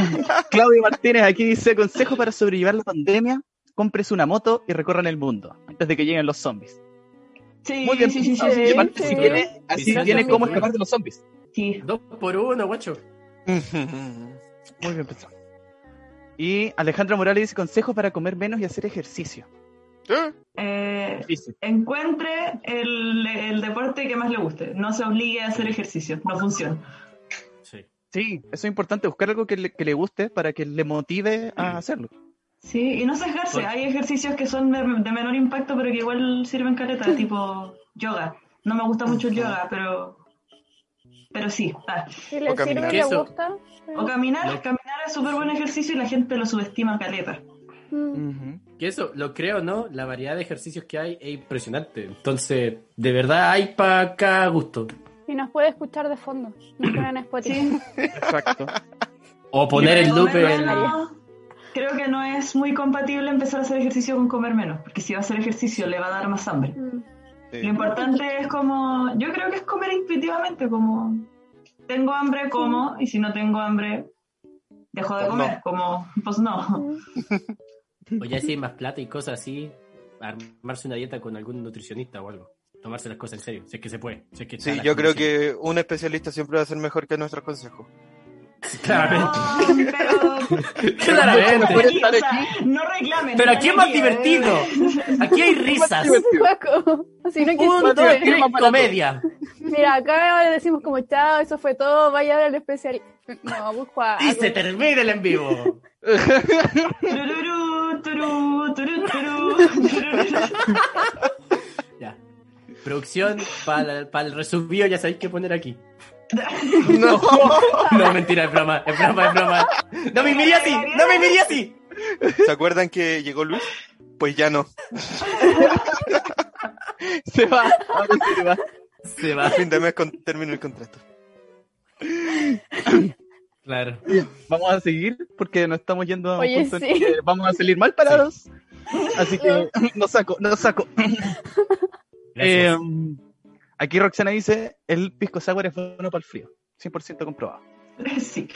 Speaker 1: problema.
Speaker 2: Claudio Martínez aquí dice, consejo para sobrellevar la pandemia, compres una moto y recorran el mundo antes de que lleguen los zombies.
Speaker 1: Sí,
Speaker 2: Muy bien,
Speaker 1: sí, sí, sí.
Speaker 2: pensado. Y aparte,
Speaker 3: sí.
Speaker 2: si tiene, así
Speaker 4: Sí,
Speaker 2: tiene
Speaker 4: sí,
Speaker 2: cómo
Speaker 4: sí.
Speaker 2: escapar de los zombies.
Speaker 1: sí.
Speaker 4: Dos por uno, guacho.
Speaker 2: Muy bien pensado. Y Alejandra Morales dice, consejo para comer menos y hacer ejercicio.
Speaker 5: ¿Eh?
Speaker 1: Eh,
Speaker 2: Difícil.
Speaker 1: encuentre el, el deporte que más le guste. No se obligue a hacer ejercicio. No funciona.
Speaker 4: Sí.
Speaker 2: Sí, eso es importante, buscar algo que le, que le guste para que le motive a hacerlo.
Speaker 1: Sí, y no sesgarse.
Speaker 4: Bueno.
Speaker 1: Hay ejercicios que son de, de menor impacto, pero que igual sirven caleta, tipo yoga. No me gusta mucho el yoga, pero. Pero sí. Ah,
Speaker 3: Si le
Speaker 5: O caminar.
Speaker 3: sirve y le
Speaker 4: Eso.
Speaker 3: gusta.
Speaker 1: O caminar,
Speaker 4: No.
Speaker 1: caminar es súper buen ejercicio y la gente lo subestima caleta.
Speaker 3: Mm,
Speaker 4: Que eso, lo creo, ¿no? La variedad de ejercicios que hay es impresionante. Entonces, de verdad hay para cada gusto.
Speaker 3: Y nos puede escuchar de fondo. Nos ponen en Spotify.
Speaker 1: Sí.
Speaker 2: Exacto.
Speaker 4: O poner el loop
Speaker 1: Comer
Speaker 4: en...
Speaker 1: menos, Creo que no es muy compatible empezar a hacer ejercicio con comer menos, porque si va a hacer ejercicio le va a dar más hambre.
Speaker 3: Mm.
Speaker 1: Lo
Speaker 5: pues.
Speaker 1: importante es como, yo creo que es comer intuitivamente, como tengo hambre, como, y si no tengo hambre, dejo de
Speaker 5: Pues
Speaker 1: comer,
Speaker 5: no.
Speaker 1: como, pues no.
Speaker 4: O ya si hay más plata y cosas así, armarse una dieta con algún nutricionista o algo. Tomarse las cosas en serio, si es que se puede. Si es que está
Speaker 5: Sí,
Speaker 4: la
Speaker 5: yo creo
Speaker 4: condición.
Speaker 5: que un especialista siempre va a ser mejor que nuestros consejos.
Speaker 4: Claramente.
Speaker 1: No, pero-
Speaker 4: Claramente.
Speaker 1: No,
Speaker 2: No puede estar
Speaker 1: o sea,
Speaker 2: aquí.
Speaker 1: no reclamen.
Speaker 4: Pero
Speaker 1: están
Speaker 4: aquí es más
Speaker 1: eh.
Speaker 4: divertido. Aquí hay risas.
Speaker 3: Paco, así no
Speaker 4: Un,
Speaker 3: quisiste.
Speaker 4: dos,
Speaker 2: divertido,
Speaker 4: tres,
Speaker 2: más barato.
Speaker 4: comedia.
Speaker 3: Mira, acá le decimos como chao, eso fue todo, vaya a ver el especial. No, busco a.
Speaker 4: Y se termina el en vivo.
Speaker 1: Tururú, turú, turú, turú, tururú.
Speaker 4: Ya. Producción para el resubido, ya sabéis qué poner aquí.
Speaker 5: No.
Speaker 4: No, mentira, es broma, es broma, es broma. No me miría así, no me miría así.
Speaker 5: ¿Se acuerdan que llegó Luis? Pues ya no.
Speaker 2: Se va, ahora se va.
Speaker 4: Se
Speaker 5: A
Speaker 4: va.
Speaker 5: fin de mes con- termino el contrato.
Speaker 4: Claro.
Speaker 2: Vamos a seguir porque nos estamos yendo a un
Speaker 3: Oye,
Speaker 2: punto en
Speaker 3: sí.
Speaker 2: que vamos a salir mal parados. Así que no saco, no saco.
Speaker 4: Gracias.
Speaker 2: Eh, aquí Roxana dice, el pisco sour es bueno para el frío. 100% comprobado.
Speaker 1: Sí.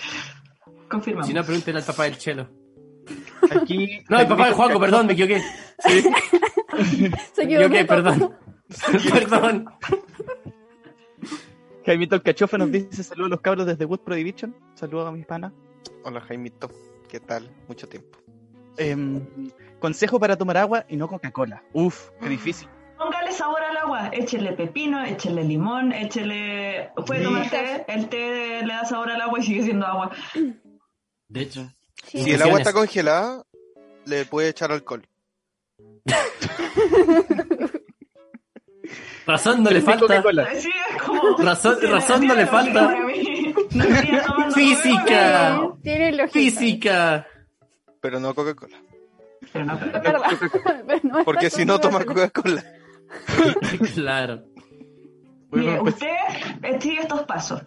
Speaker 1: Confirmamos.
Speaker 4: Si no, pregúntenle al papá del chelo.
Speaker 2: Aquí,
Speaker 4: No, el papá de Juaco, perdón, me equivoqué.
Speaker 3: Se
Speaker 4: Me equivoqué,
Speaker 3: equivocó.
Speaker 4: perdón. Perdón.
Speaker 2: Jaimito el Cachofa nos dice, saludos a los cabros desde Wood Prohibition. Saludos a mis panas.
Speaker 5: Hola Jaimito, ¿qué tal? Mucho tiempo.
Speaker 2: Em, consejo para tomar agua y no Coca-Cola. Uf, qué difícil.
Speaker 1: Póngale sabor al agua, échele pepino, échele limón, échele... Puede
Speaker 5: Sí.
Speaker 1: tomar té, el té le da sabor al agua y sigue siendo agua.
Speaker 4: De hecho,
Speaker 3: Sí.
Speaker 5: Si el agua está congelada, le puede echar alcohol.
Speaker 4: razón no le falta.
Speaker 2: Coca-Cola.
Speaker 1: Sí, es como...
Speaker 4: Razón-
Speaker 1: Sí,
Speaker 4: razón no
Speaker 1: tiene
Speaker 4: le
Speaker 1: lógica
Speaker 4: falta.
Speaker 1: para mí. No estoy tomando
Speaker 4: Física.
Speaker 5: Ah.
Speaker 1: Coca-Cola.
Speaker 3: Tiene lógica.
Speaker 4: Física.
Speaker 5: Pero no Coca-Cola.
Speaker 1: Pero no,
Speaker 3: Es verdad. Pero no está
Speaker 5: Porque si no toma Coca-Cola.
Speaker 4: Claro.
Speaker 1: Mire, usted eh, sigue estos pasos.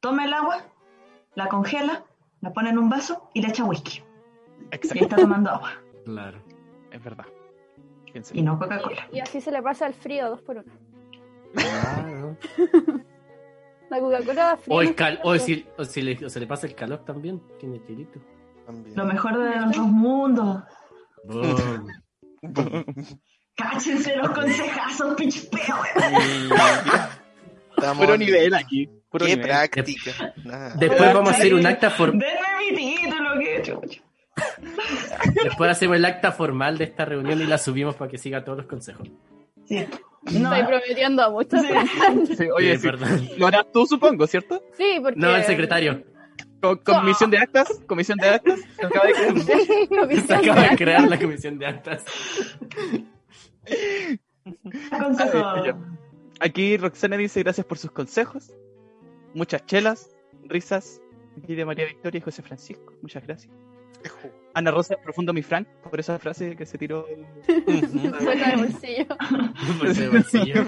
Speaker 1: Toma el agua, la congela, la pone en un vaso y le echa whisky. Y
Speaker 2: Exacto,
Speaker 1: está tomando agua.
Speaker 4: Claro.
Speaker 2: es verdad. Piénselo.
Speaker 1: Y no Coca-Cola.
Speaker 3: Y así se le pasa al frío, dos por uno.
Speaker 4: Claro.
Speaker 3: La Coca-Cola fría.
Speaker 4: O,
Speaker 3: no
Speaker 4: el
Speaker 3: es
Speaker 4: cal-
Speaker 3: fría,
Speaker 4: o,
Speaker 3: pero-
Speaker 4: si, o si le, o se le pasa el calor también. Tiene tirito.
Speaker 5: También.
Speaker 1: Lo mejor de los dos mundos.
Speaker 4: Boom.
Speaker 1: Cáchense los consejazos, pinche peo.
Speaker 5: Estamos-
Speaker 2: Puro nivel aquí. Puro
Speaker 5: Qué
Speaker 2: nivel.
Speaker 5: práctica. Nada.
Speaker 4: Después vamos a hacer un acta formal.
Speaker 1: Denme mi título, que chucha.
Speaker 4: Después hacemos el acta formal de esta reunión y la subimos para que siga todos los consejos.
Speaker 1: Sí. No,
Speaker 3: Estoy prometiendo a muchas
Speaker 1: Sí.
Speaker 3: personas.
Speaker 2: Sí, oye,
Speaker 4: Sí,
Speaker 2: sí.
Speaker 4: Eh, perdón.
Speaker 2: lo harás tú, supongo, ¿cierto?
Speaker 3: Sí, porque.
Speaker 4: No, el secretario.
Speaker 2: Con, comisión de actas, comisión de actas. se acaba de crear.
Speaker 3: Sí, lo que
Speaker 4: Se
Speaker 3: sea.
Speaker 4: acaba de crear la comisión de actas.
Speaker 1: consejo.
Speaker 2: Ay, ya. Aquí Roxana dice gracias por sus consejos, muchas chelas, risas. Aquí de María Victoria y José Francisco, muchas gracias. Ana Rosa, profundo mi Frank, por esa frase que se tiró.
Speaker 5: Ujú.
Speaker 3: Bueno, de bolsillo.
Speaker 4: Por ese bolsillo.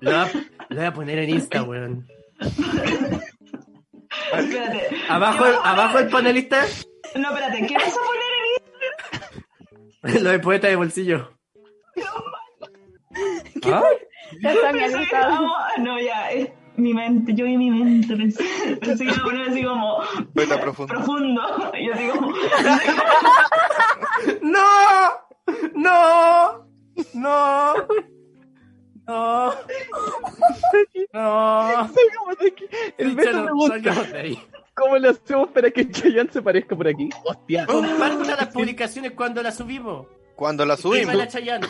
Speaker 4: Lo va- lo voy a poner en Insta, weón.
Speaker 1: Espérate.
Speaker 4: Abajo, abajo el panelista,
Speaker 1: No, espérate. ¿Qué vas a poner en
Speaker 4: lo de poeta de bolsillo. ¿Ah?
Speaker 3: Ya está
Speaker 1: Pensé
Speaker 3: mi
Speaker 1: que
Speaker 3: anotado.
Speaker 1: estábamos- Ah, No, ya, es mi mente, yo y mi mente pensé, pensé que iba a poner así como
Speaker 5: Poeta profundo.
Speaker 1: profundo. Y yo así como,
Speaker 4: ¡No! ¡No! ¡No! ¡No! ¡No!
Speaker 2: Salgamos de aquí. El Beto
Speaker 4: Richard,
Speaker 2: me gusta.
Speaker 4: salgamos de ahí.
Speaker 2: ¿Cómo lo hacemos para que Chayanne se parezca por aquí? Hostia.
Speaker 4: Oh, Comparta las publicaciones cuando las subimos.
Speaker 5: Cuando la
Speaker 4: Viva la
Speaker 5: subimos.
Speaker 4: Chayanne.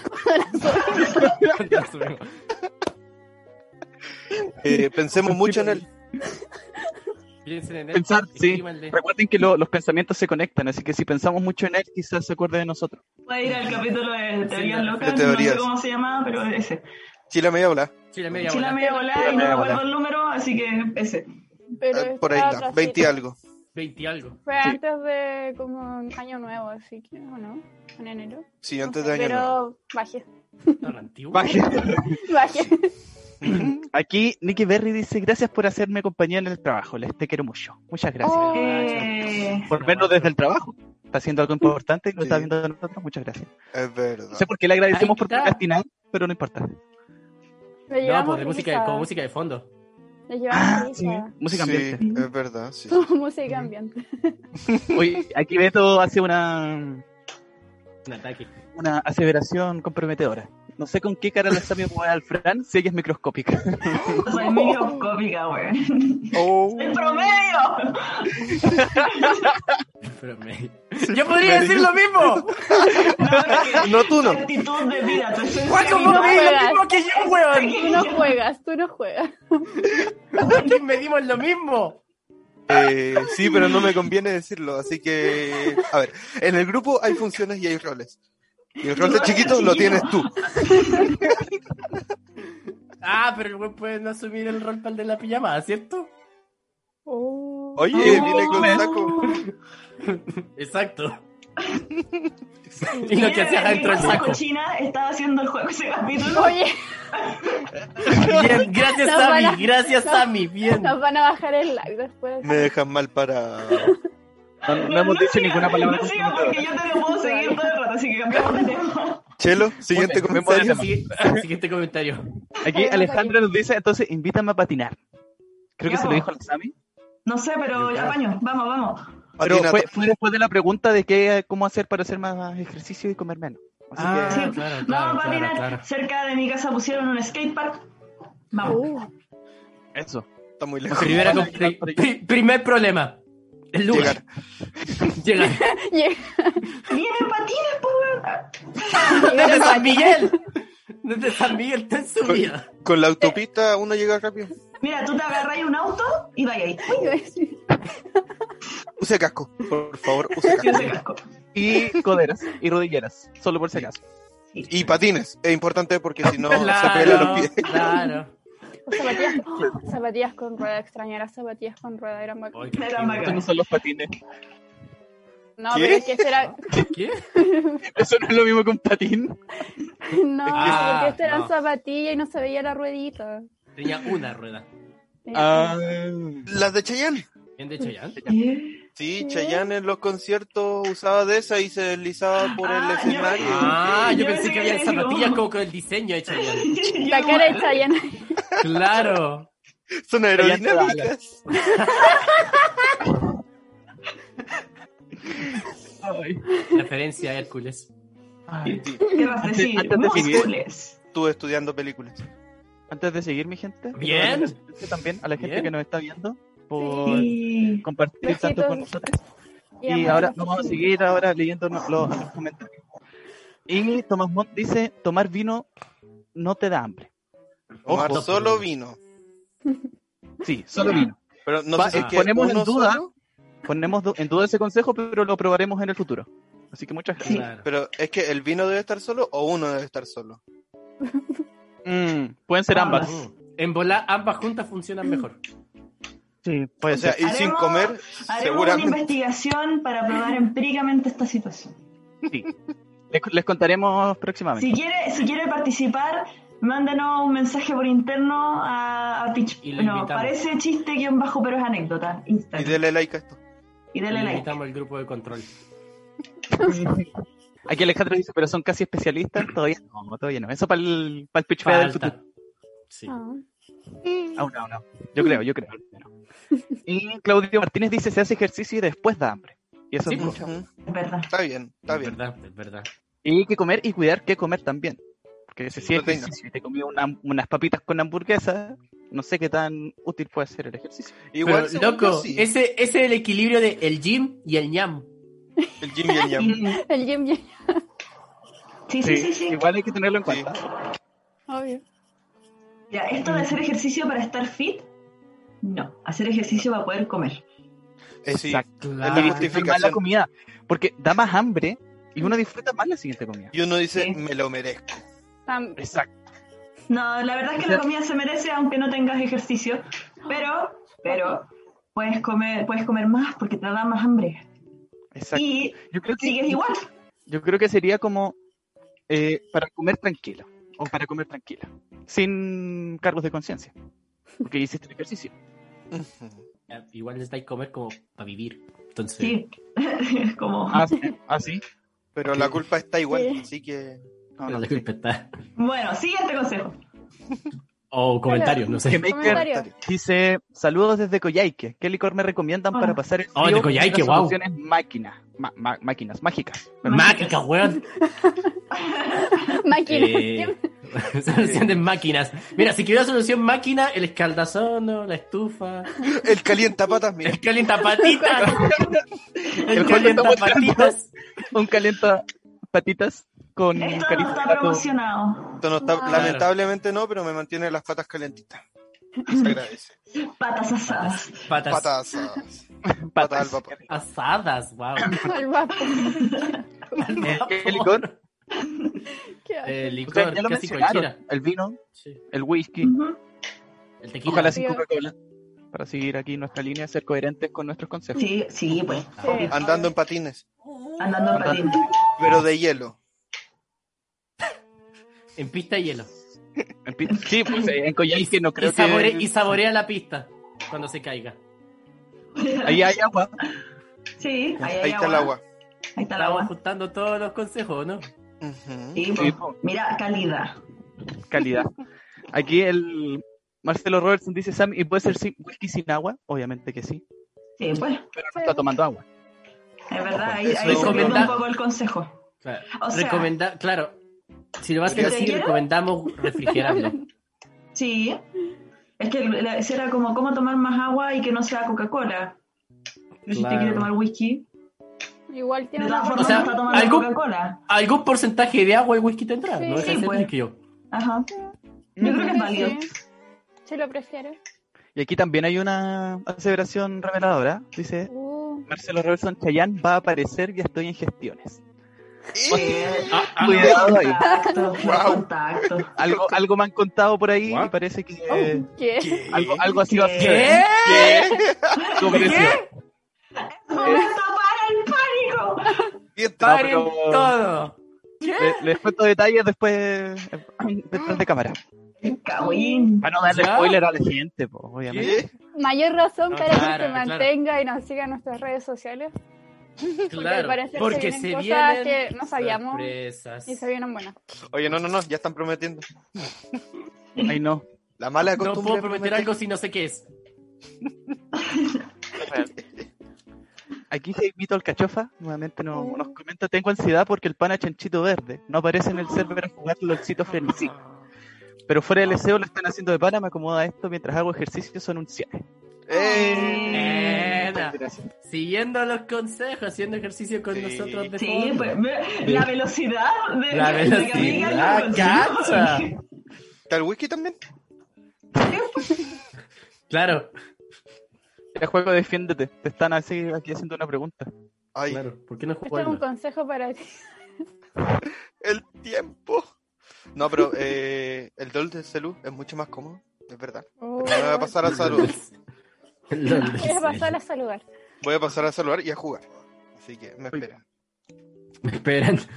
Speaker 4: Cuando las subimos.
Speaker 5: eh, pensemos mucho en él.
Speaker 4: Piensen en él.
Speaker 2: Pensar, sí.
Speaker 4: escríbanle.
Speaker 2: Recuerden que lo- los pensamientos se conectan, así que si pensamos mucho en él, quizás se acuerde de nosotros.
Speaker 1: voy a ir al capítulo de teorías
Speaker 4: de
Speaker 1: locas, no
Speaker 5: teorías.
Speaker 1: sé cómo se llamaba, pero ese.
Speaker 5: Chila media habla.
Speaker 4: Chile media
Speaker 1: Chila
Speaker 4: bola.
Speaker 1: media volada y no
Speaker 2: media
Speaker 1: me
Speaker 2: volada.
Speaker 1: acuerdo el número, así que ese.
Speaker 3: Pero
Speaker 5: Eh, por ahí
Speaker 3: está
Speaker 5: está.
Speaker 3: atrasito.
Speaker 5: 20 y algo.
Speaker 4: 20 y algo.
Speaker 3: Fue antes de como un año nuevo, así que, ¿o no? En enero.
Speaker 5: Sí,
Speaker 3: No
Speaker 5: antes
Speaker 3: sé,
Speaker 5: de año
Speaker 3: Pero
Speaker 5: nuevo.
Speaker 3: bajé.
Speaker 4: Tan antiguo.
Speaker 2: Baje.
Speaker 3: Bajé.
Speaker 2: Aquí Nicky Berry dice, gracias por hacerme compañía en el trabajo, les te quiero mucho. Muchas gracias.
Speaker 3: Oh.
Speaker 1: Eh,
Speaker 2: por vernos desde el trabajo. Está haciendo algo importante y lo
Speaker 5: Sí.
Speaker 2: está viendo de nosotros. Muchas gracias.
Speaker 5: Es
Speaker 2: No
Speaker 5: verdad.
Speaker 2: sé por qué le agradecemos
Speaker 4: Ahí
Speaker 2: por
Speaker 4: está.
Speaker 2: procrastinar, pero no importa.
Speaker 3: Le
Speaker 4: No,
Speaker 3: llevamos
Speaker 4: pues de música,
Speaker 3: risa.
Speaker 4: como música de fondo.
Speaker 3: Le llevamos
Speaker 2: Sí,
Speaker 3: risa.
Speaker 2: música
Speaker 5: Ah, sí,
Speaker 2: ambiente.
Speaker 5: es verdad. Sí.
Speaker 3: Su música ambiente.
Speaker 2: Oye, aquí Beto hace una,
Speaker 4: Un ataque.
Speaker 2: una aseveración comprometedora. No sé con qué cara le está viendo al Fran si ella es microscópica.
Speaker 1: Soy microscópica, weón.
Speaker 5: Oh,
Speaker 1: ¡El promedio!
Speaker 4: Pero me- Yo podría decir lo mismo.
Speaker 5: no tú
Speaker 1: Tu
Speaker 5: no.
Speaker 1: actitud de vida, tu esencia
Speaker 4: Juaco,
Speaker 1: de
Speaker 4: vos
Speaker 3: no
Speaker 1: vida.
Speaker 4: medís lo
Speaker 3: juegas.
Speaker 4: mismo que yo, weón.
Speaker 3: Tú no juegas, tú no juegas.
Speaker 4: Aquí medimos lo mismo.
Speaker 5: Eh, sí, pero no me conviene decirlo, así que... A ver, en el grupo hay funciones y hay roles. Y el rol de chiquito lo tienes tú.
Speaker 4: Ah, pero el weón puede no asumir el rol para el de la pijama, ¿cierto?
Speaker 1: Oh,
Speaker 5: Oye,
Speaker 2: oh,
Speaker 5: viene con saco.
Speaker 4: Exacto. y lo que hacías adentro del
Speaker 1: La
Speaker 4: saco.
Speaker 1: cochina estaba haciendo el juego ese capítulo.
Speaker 3: Oye,
Speaker 4: Bien, gracias,
Speaker 3: Nos van a-
Speaker 4: Sammy. Gracias,
Speaker 3: nos-
Speaker 4: Sammy. Bien.
Speaker 3: nos van a bajar el like después.
Speaker 5: Me dejan mal para...
Speaker 2: No, no hemos dicho
Speaker 1: siga,
Speaker 2: ninguna palabra.
Speaker 1: No siga porque
Speaker 2: comprometedora.
Speaker 1: yo te lo puedo seguir todo el rato, así que cambiamos de tema.
Speaker 5: Chelo, siguiente
Speaker 2: Muy bien,
Speaker 5: comentario.
Speaker 2: muy
Speaker 4: Siguiente, siguiente comentario.
Speaker 2: Aquí Alejandra nos dice, entonces invítame a patinar. Creo que se lo dijo al Sammy.
Speaker 1: No sé, pero ya paño. Vamos, vamos.
Speaker 2: Pero
Speaker 5: Patina,
Speaker 2: fue, fue después de la pregunta de qué, cómo hacer para hacer más ejercicio y comer menos. Así
Speaker 4: Ah.
Speaker 2: que,
Speaker 1: sí.
Speaker 4: claro,
Speaker 1: vamos a patinar. Cerca de mi casa pusieron un skatepark. Vamos.
Speaker 3: Uh,
Speaker 2: eso.
Speaker 5: está muy lejos.
Speaker 4: Primera
Speaker 2: Van a
Speaker 4: com-
Speaker 2: llegar por ahí.
Speaker 4: pri- primer problema. El lugar. Llegar.
Speaker 3: llega-
Speaker 1: Vienen patines, po, weón.
Speaker 4: Desde San Miguel. Desde San Miguel está en su vida.
Speaker 5: Con la autopista uno llega rápido.
Speaker 1: Mira, tú te agarras un auto y vaya ahí.
Speaker 5: Use casco, por favor, use
Speaker 1: Yo
Speaker 5: casco.
Speaker 1: se casco.
Speaker 2: Y coderas y rodilleras, solo por si acaso.
Speaker 5: Y patines, es importante porque si no se pela
Speaker 4: Claro,
Speaker 5: los pies.
Speaker 4: claro.
Speaker 3: O zapatillas, oh, zapatillas con rueda, extrañarás zapatillas con rueda, eran bacanas.
Speaker 4: Ay, qué
Speaker 1: Era
Speaker 2: Estos
Speaker 4: chido.
Speaker 2: no
Speaker 1: bacán.
Speaker 2: son los patines.
Speaker 3: No,
Speaker 5: ¿Qué?
Speaker 3: pero es que este era.
Speaker 4: ¿Qué?
Speaker 2: Eso no es lo mismo que un patín.
Speaker 3: No,
Speaker 4: Ah,
Speaker 3: porque este eran
Speaker 4: no.
Speaker 3: zapatillas y no se veía la ruedita.
Speaker 4: Tenía una rueda.
Speaker 2: Ah,
Speaker 5: Las de Chayanne.
Speaker 4: Bien de Chayanne.
Speaker 1: ¿Qué?
Speaker 5: Sí,
Speaker 3: ¿Qué?
Speaker 5: Chayanne en los conciertos usaba de esa y se deslizaba por el
Speaker 1: Ah, ya.
Speaker 5: escenario.
Speaker 4: Ah, yo
Speaker 1: Yo
Speaker 4: pensé que
Speaker 1: pensé
Speaker 4: había
Speaker 1: que
Speaker 4: zapatillas
Speaker 1: digo-
Speaker 4: como con el diseño de Chayanne.
Speaker 3: La cara de Chayanne.
Speaker 4: Claro.
Speaker 5: Son aerodinámicas.
Speaker 2: ay.
Speaker 4: Referencia a Hércules.
Speaker 2: Ay.
Speaker 1: ¿Qué vas a
Speaker 2: Antes-
Speaker 1: decir?
Speaker 2: antes de seguir.
Speaker 1: Múscules.
Speaker 5: Estuve estudiando películas.
Speaker 2: Antes de seguir, mi gente, quiero
Speaker 4: Bien.
Speaker 2: darle las gracias también a la gente
Speaker 4: Bien.
Speaker 2: que nos está viendo por
Speaker 1: Sí.
Speaker 2: compartir tanto
Speaker 3: Besitos.
Speaker 2: con nosotros. Y ahora vamos a seguir ahora leyendo los, los comentarios. Y Tomás Mont dice, tomar vino no te da hambre.
Speaker 5: Tomar
Speaker 4: Ojo.
Speaker 5: solo vino.
Speaker 2: Sí, solo vino.
Speaker 5: Pero no
Speaker 2: Va-
Speaker 5: sé si
Speaker 2: eh,
Speaker 5: es que
Speaker 2: ponemos en
Speaker 5: uno
Speaker 2: duda,
Speaker 5: solo,
Speaker 2: Ponemos du- en duda ese consejo, pero lo probaremos en el futuro. Así que muchas gracias.
Speaker 1: Sí.
Speaker 4: Claro.
Speaker 5: Pero es que el vino debe estar solo o uno debe estar solo.
Speaker 2: Mm, pueden ser ambas.
Speaker 1: Ambas.
Speaker 4: Mm. En volar, ambas juntas funcionan mejor.
Speaker 1: Mm.
Speaker 2: Sí, puede
Speaker 5: O sea,
Speaker 2: ser.
Speaker 5: y sin
Speaker 1: Haremos-
Speaker 5: comer,
Speaker 1: Haremos una
Speaker 5: seguramente.
Speaker 1: investigación para probar empíricamente esta situación.
Speaker 2: Sí. Les, les contaremos próximamente.
Speaker 1: Si quiere, si quiere participar, mándenos un mensaje por interno a, a Pitch.
Speaker 4: Y lo
Speaker 1: No,
Speaker 4: invitamos.
Speaker 1: parece chiste guión bajo, pero es anécdota.
Speaker 5: Y
Speaker 1: Instagram.
Speaker 5: dele like a esto.
Speaker 1: Y dale like.
Speaker 4: Invitamos al grupo de control.
Speaker 2: Aquí Alejandro dice, pero son casi especialistas. Todavía no, todavía no. Eso para el, para el pitch Fair del futuro.
Speaker 4: Falta. Sí.
Speaker 3: Ah.
Speaker 2: Aún no, aún no. Yo creo, yo creo. Y Claudio Martínez dice, se hace ejercicio y después da hambre. Y eso
Speaker 4: Sí,
Speaker 2: es
Speaker 4: pues.
Speaker 2: mucho.
Speaker 5: Ujú.
Speaker 1: Es verdad.
Speaker 5: Está bien, está
Speaker 4: Es
Speaker 5: bien.
Speaker 4: verdad, es verdad.
Speaker 2: Y hay que comer y cuidar qué comer también. Porque si sí,
Speaker 5: proteína.
Speaker 2: ejercicio y te comí una- unas papitas con hamburguesa, no sé qué tan útil puede ser el ejercicio.
Speaker 5: Igual,
Speaker 4: Pero,
Speaker 5: según
Speaker 4: loco,
Speaker 5: yo, sí.
Speaker 4: ese, ese es el equilibrio de el gym y el ñam.
Speaker 5: el Jim y el Yam.
Speaker 3: El Jim Jim,
Speaker 1: Sí, sí, sí, sí.
Speaker 2: Igual hay que tenerlo en
Speaker 5: Sí.
Speaker 2: cuenta.
Speaker 3: obvio.
Speaker 1: Ya, esto de hacer ejercicio para estar fit, no. Hacer ejercicio para poder comer.
Speaker 5: Eh, sí.
Speaker 2: Exacto.
Speaker 5: la
Speaker 2: Y
Speaker 4: Claro.
Speaker 5: justificación.
Speaker 2: disfrutar más la comida. Porque da más hambre y
Speaker 1: Mm.
Speaker 2: uno disfruta más la siguiente comida.
Speaker 5: Y uno dice,
Speaker 1: Sí.
Speaker 5: me lo merezco.
Speaker 3: Tam-
Speaker 2: Exacto.
Speaker 1: No, la verdad es que la comida se merece aunque no tengas ejercicio. Pero, pero puedes comer, puedes comer más porque te da más hambre.
Speaker 2: Exacto.
Speaker 1: Y
Speaker 2: yo, creo que,
Speaker 1: sigues igual.
Speaker 2: yo creo que sería como eh, para comer tranquilo. O para comer tranquila. Sin cargos de conciencia. Porque hiciste el ejercicio.
Speaker 5: Ujú.
Speaker 4: Igual les dais comer como para vivir. Entonces,
Speaker 1: Sí. Como.
Speaker 2: Así. así.
Speaker 5: Pero la culpa está igual,
Speaker 3: Sí.
Speaker 5: así que...
Speaker 2: No,
Speaker 4: pero
Speaker 2: no,
Speaker 4: la culpa está.
Speaker 1: Bueno, siguiente consejo.
Speaker 4: O comentarios, no sé.
Speaker 2: Que Maker
Speaker 3: Comentario.
Speaker 2: dice, saludos desde Coyhaique. ¿Qué licor me recomiendan
Speaker 1: Hola.
Speaker 2: para pasar el frío?
Speaker 4: Oh, de Coyhaique,
Speaker 2: Las
Speaker 4: guau.
Speaker 2: soluciones máquina, ma- ma- máquinas, mágicas.
Speaker 4: Máquicas, weón.
Speaker 3: Máquina.
Speaker 4: Eh, solución de máquinas. Mira, si quieres solución máquina, el escaldazono, la estufa,
Speaker 5: El calienta patas, mira.
Speaker 4: el calientapatitas.
Speaker 2: El
Speaker 4: el
Speaker 2: Juan lo está
Speaker 4: calientapatitas.
Speaker 2: Un calienta patitas con un
Speaker 1: Esto no
Speaker 2: caliente
Speaker 1: está
Speaker 2: plato.
Speaker 1: promocionado.
Speaker 5: Esto no está-
Speaker 3: Claro.
Speaker 5: Lamentablemente no, pero me mantiene las patas calentitas. Se agradece.
Speaker 1: Patas asadas.
Speaker 4: Patas
Speaker 5: Patas. Patas al
Speaker 2: Patas.
Speaker 5: papá.
Speaker 4: asadas, wow.
Speaker 3: Al vapor.
Speaker 2: ¿Qué licor?
Speaker 3: Qué asco.
Speaker 4: El
Speaker 2: O sea,
Speaker 4: licor,
Speaker 2: ya lo
Speaker 4: casi
Speaker 2: mencionaron.
Speaker 4: cualquiera.
Speaker 2: El vino,
Speaker 4: Sí.
Speaker 2: el whisky.
Speaker 1: Ujú.
Speaker 4: El tequila.
Speaker 2: Ojalá
Speaker 3: sí.
Speaker 2: sin Coca-Cola. Para seguir aquí nuestra línea, ser coherentes con nuestros consejos.
Speaker 1: Sí, sí, pues.
Speaker 3: Sí.
Speaker 1: obvio.
Speaker 5: Andando en patines,
Speaker 1: Andando en patín.
Speaker 5: pero de hielo.
Speaker 4: En pista y hielo.
Speaker 2: En pi- Sí, pues eh, en Coyhaique no creo
Speaker 4: y, sabore-
Speaker 2: que...
Speaker 4: y saborea la pista cuando se caiga.
Speaker 2: Ahí hay agua.
Speaker 1: Sí, ahí, hay
Speaker 5: Ahí está el agua.
Speaker 1: Ahí está el
Speaker 4: Estamos
Speaker 1: agua.
Speaker 4: ajustando todos los consejos, ¿no?
Speaker 5: Ujú.
Speaker 1: Sí,
Speaker 2: Sí,
Speaker 1: pues. Mira, calidad.
Speaker 2: calidad. Aquí el Marcelo Robertson dice, Sam, ¿y puede ser sin- whisky sin agua? Obviamente que sí,
Speaker 1: Sí, pues.
Speaker 2: pero no está tomando agua.
Speaker 1: Es verdad, ahí,
Speaker 5: Eso
Speaker 1: ahí se pierde un
Speaker 4: recomendar.
Speaker 1: poco el consejo.
Speaker 4: Claro.
Speaker 1: O sea-
Speaker 4: Recomenda- claro. Si lo vas a hacer
Speaker 5: ¿Te
Speaker 4: así,
Speaker 1: quiero?
Speaker 4: recomendamos refrigerarlo.
Speaker 1: Sí. Es que la- ese era como cómo tomar más agua y que no sea Coca-Cola. Pero Si usted
Speaker 4: Claro.
Speaker 1: quiere tomar whisky,
Speaker 3: Igual tiene
Speaker 1: de
Speaker 3: una
Speaker 1: todas
Speaker 4: O
Speaker 1: formas
Speaker 4: sea,
Speaker 1: no está tomando
Speaker 4: algún-
Speaker 1: Coca-Cola.
Speaker 4: ¿Algún porcentaje de agua el whisky tendrá?
Speaker 3: Sí,
Speaker 4: no deja de
Speaker 1: sí,
Speaker 4: ser
Speaker 1: pues.
Speaker 4: líquido.
Speaker 1: Ajá. Yo creo que es válido.
Speaker 3: Sí. Si lo prefieres.
Speaker 2: Y aquí también hay una aseveración reveladora. Dice,
Speaker 3: Uh,
Speaker 2: Marcelo Robertson Chayán va a aparecer, ya estoy en gestiones.
Speaker 1: Eh,
Speaker 4: Ah, ah,
Speaker 2: Cuidado ahí.
Speaker 1: Contacto,
Speaker 5: Wow.
Speaker 1: contacto.
Speaker 2: Algo, algo me han contado por ahí
Speaker 4: What?
Speaker 2: y parece que...
Speaker 3: Oh, ¿Qué?
Speaker 2: Algo, algo así va a
Speaker 1: ¿Qué?
Speaker 2: suceder. ¿Qué?
Speaker 1: ¡Momento para el pánico!
Speaker 5: Bien,
Speaker 2: No,
Speaker 4: ¡Paren
Speaker 2: pero-
Speaker 4: todo!
Speaker 2: Le- Les cuento detalles después eh, detrás de cámara.
Speaker 1: El Cagüín.
Speaker 2: Para no darle
Speaker 4: ¿Ya?
Speaker 2: spoiler a la gente, po, obviamente.
Speaker 5: ¿Qué?
Speaker 3: Mayor razón
Speaker 4: No,
Speaker 3: para
Speaker 4: claro,
Speaker 3: que se
Speaker 4: claro.
Speaker 3: mantenga y nos siga en nuestras redes sociales. Porque al
Speaker 4: Claro,
Speaker 3: parecer se
Speaker 4: porque se
Speaker 3: vienen
Speaker 4: vienen
Speaker 3: cosas que no sabíamos
Speaker 4: sorpresas.
Speaker 3: y se vienen buenas. Este
Speaker 5: Oye, no, no, no, ya están prometiendo.
Speaker 2: Ay, no.
Speaker 5: La mala
Speaker 4: No
Speaker 5: costumbre.
Speaker 4: puedo
Speaker 5: de
Speaker 4: prometer algo si no sé qué es.
Speaker 2: Aquí se invito al cachofa, nuevamente no- nos comenta, tengo ansiedad porque el pana chanchito verde no aparece en el server a jugar LOLcito frenesí. Pero fuera del SEO lo están haciendo de pana, me acomoda esto mientras hago ejercicio son un cien.
Speaker 5: Eh.
Speaker 4: Nena, siguiendo los consejos, haciendo ejercicio con
Speaker 5: Sí.
Speaker 4: nosotros de
Speaker 1: Sí,
Speaker 4: fondo.
Speaker 1: pues ve- la velocidad de
Speaker 4: La
Speaker 1: de que amiga
Speaker 4: velocidad,
Speaker 1: lo
Speaker 4: cacha.
Speaker 1: consigue.
Speaker 5: ¿Está el whisky también?
Speaker 4: Claro,
Speaker 2: El juego defiéndete, te están así aquí haciendo una pregunta.
Speaker 5: Ay,
Speaker 4: claro. ¿Por qué no
Speaker 3: Este es un
Speaker 4: jugamos?
Speaker 3: consejo para ti.
Speaker 5: el tiempo. No, pero eh, el dol de celu es mucho más cómodo, es verdad.
Speaker 3: Uh,
Speaker 5: Pero voy a pasar a saludar.
Speaker 3: Quiero pasar a saludar.
Speaker 5: Voy a pasar a saludar y a jugar. Así que me esperan.
Speaker 4: Esperan.
Speaker 2: Está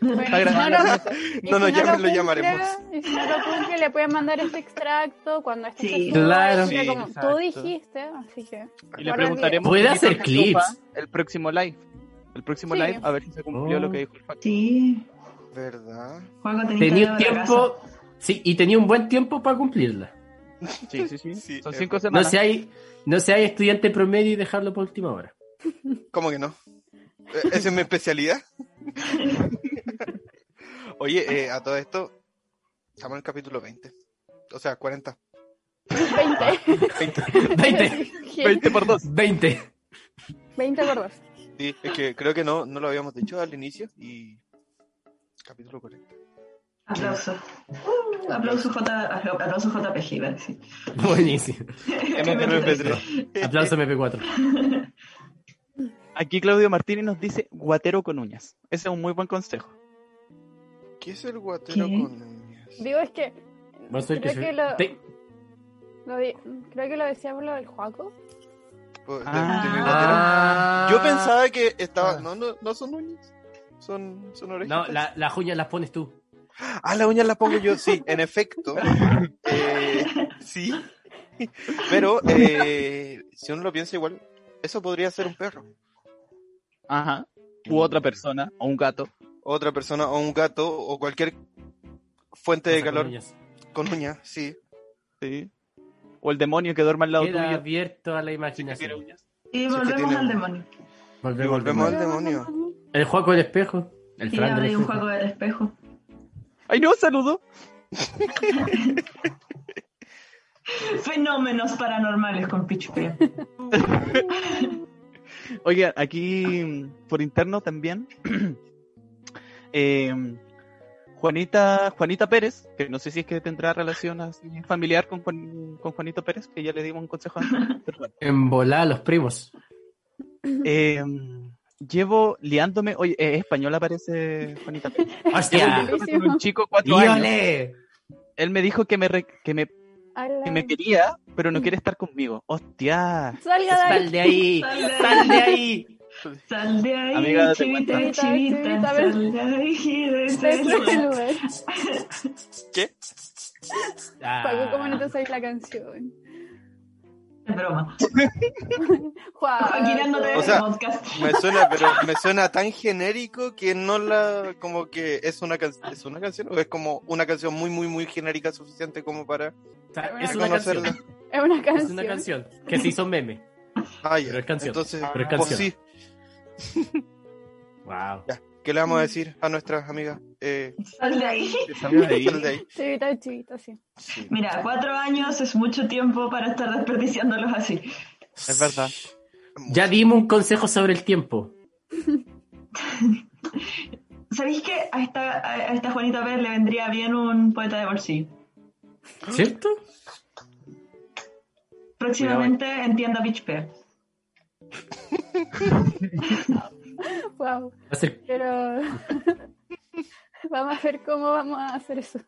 Speaker 3: Bueno,
Speaker 2: grabando.
Speaker 3: no,
Speaker 5: No, no, ya me lo
Speaker 3: cumple,
Speaker 5: llamaremos.
Speaker 3: Y si no lo cumple, le pueden mandar este extracto cuando esté
Speaker 1: Sí.
Speaker 4: Claro.
Speaker 5: Sí,
Speaker 3: como
Speaker 2: exacto.
Speaker 3: tú dijiste, así que.
Speaker 2: Y le
Speaker 3: Ahora
Speaker 2: preguntaremos qué
Speaker 4: bien. Puede
Speaker 2: hizo el
Speaker 4: hacer clips.
Speaker 2: cachofa El próximo live. El próximo
Speaker 3: Sí.
Speaker 2: live, a ver si se cumplió
Speaker 4: Oh.
Speaker 2: lo que dijo el Juan.
Speaker 1: Sí,
Speaker 5: ¿Verdad?
Speaker 1: Juan tenés que
Speaker 4: Tenía un
Speaker 1: darle la
Speaker 4: tiempo. Sí, y tenía un buen tiempo para cumplirla.
Speaker 2: Sí, sí, sí.
Speaker 5: Sí,
Speaker 2: Son
Speaker 5: es
Speaker 2: cinco
Speaker 4: No
Speaker 2: semanas.
Speaker 4: seáis, no seáis estudiante promedio y dejarlo por última hora.
Speaker 5: ¿Cómo que no? Eh, Esa es mi especialidad. Oye, eh, a todo esto, estamos en el capítulo 20. O sea, 40.
Speaker 3: 20.
Speaker 4: 20,
Speaker 2: 20 por 2.
Speaker 4: 20.
Speaker 3: 20 por dos.
Speaker 5: Sí, es que creo que no, no lo habíamos dicho al inicio y... Capítulo 40.
Speaker 1: Aplauso. Uh, aplauso, J, aplauso JPG, iba a decir.
Speaker 4: Buenísimo.
Speaker 5: MP3.
Speaker 4: Aplauso MP4.
Speaker 2: Aquí Claudio Martínez nos dice guatero con uñas. Ese es un muy buen consejo.
Speaker 5: ¿Qué es el guatero
Speaker 1: ¿Qué?
Speaker 5: con uñas?
Speaker 3: Digo, es que.
Speaker 4: Vos sois
Speaker 3: Creo
Speaker 4: que-
Speaker 3: que lo-
Speaker 4: Te-
Speaker 3: lo di- creo que lo decíamos lo del Juaco.
Speaker 5: Pues, de-
Speaker 2: Ah.
Speaker 5: de mi guatero.
Speaker 4: Ah.
Speaker 5: Yo pensaba que estaba...
Speaker 4: Ah.
Speaker 5: No, no, no son uñas. Son, son
Speaker 4: No,
Speaker 5: orejitas.
Speaker 4: la- las uñas las pones tú.
Speaker 5: Ah, las uñas las pongo yo, sí, en efecto. Eh, sí. Pero eh, si uno lo piensa igual, eso podría ser un perro.
Speaker 2: Ajá. U otra persona, o un gato.
Speaker 5: Otra persona o un gato o cualquier fuente de
Speaker 4: Con
Speaker 5: calor
Speaker 4: uñas.
Speaker 5: con uñas, sí.
Speaker 2: Sí. O el demonio que duerma al lado
Speaker 4: Queda
Speaker 2: tuyo.
Speaker 4: abierto a
Speaker 2: si es
Speaker 4: la
Speaker 2: que tiene
Speaker 4: imaginación.
Speaker 2: uñas.
Speaker 1: Y
Speaker 5: que
Speaker 1: volvemos
Speaker 5: tiene-
Speaker 1: al demonio.
Speaker 5: Y
Speaker 4: Volvemos, al
Speaker 5: volvemos al
Speaker 4: demonio.
Speaker 5: demonio.
Speaker 4: El juego del espejo. El
Speaker 1: Y
Speaker 4: Fran
Speaker 1: ahora
Speaker 4: del
Speaker 1: hay un
Speaker 4: espejo.
Speaker 1: juego del espejo.
Speaker 2: ¡Ay, no! ¡Saludo!
Speaker 1: Fenómenos paranormales con Pichupea.
Speaker 2: Oiga, aquí mm, por interno también. eh, Juanita, Juanita Pérez, que no sé si es que tendrá relación así familiar con, Juan- con Juanito Pérez, que ya le dimos un consejo antes. pero bueno.
Speaker 4: En volar a los primos.
Speaker 2: Eh, llevo liándome. Oye, eh, es española parece Juanita Pérez.
Speaker 4: ¡Hostia!
Speaker 2: Llevo liándome con un chico de cuatro años.
Speaker 4: ¡Viole!
Speaker 2: Él me dijo que me, re- que me, que me quería, pero no quiere estar conmigo. ¡Hostia!
Speaker 3: Salga de ahí.
Speaker 4: ¡Sal de ahí! ¡Sal de ahí!
Speaker 1: Sal de ahí,
Speaker 2: Amiga, date
Speaker 1: chivita,
Speaker 3: cuenta.
Speaker 1: chivita,
Speaker 3: Chivita, ven.
Speaker 1: sal de ahí, de
Speaker 3: De
Speaker 1: ese
Speaker 3: ese
Speaker 1: lugar.
Speaker 3: lugar.
Speaker 5: ¿Qué?
Speaker 4: Ah.
Speaker 3: Paco, ¿cómo no te sabes la canción?
Speaker 1: Es broma.
Speaker 3: Ah,
Speaker 1: Joaquín, no te
Speaker 3: Juan.
Speaker 5: O sea,
Speaker 1: ves el podcast.
Speaker 5: Me suena, pero me suena tan genérico que no la. Como que es una, can- ¿es una canción o es como una canción muy, muy, muy genérica suficiente como para
Speaker 4: O sea,
Speaker 3: Una
Speaker 4: es una canción.
Speaker 5: conocerla.
Speaker 3: Es una canción.
Speaker 4: Es una canción que se hizo meme.
Speaker 5: Ah, ya.
Speaker 4: Pero es canción,
Speaker 5: Entonces,
Speaker 4: pero es
Speaker 5: pues
Speaker 4: canción.
Speaker 5: sí,
Speaker 4: Wow.
Speaker 5: ya. ¿Qué le vamos a decir a nuestras amigas? Eh,
Speaker 1: Sal de ahí.
Speaker 5: sal de ahí.
Speaker 3: Chivita, chivita, sí.
Speaker 5: Sí.
Speaker 1: Mira, cuatro años es mucho tiempo para estar desperdiciándolos así.
Speaker 2: Es verdad.
Speaker 4: Ya dimos un consejo sobre el tiempo.
Speaker 1: ¿Sabéis que a esta, a a esta Juanita Pérez le vendría bien un poeta de bolsillo?
Speaker 4: ¿Cierto?
Speaker 1: Próximamente en tienda Beach Pair.
Speaker 3: Wow.
Speaker 4: Va a ser-
Speaker 3: Pero. vamos a ver cómo vamos a hacer eso.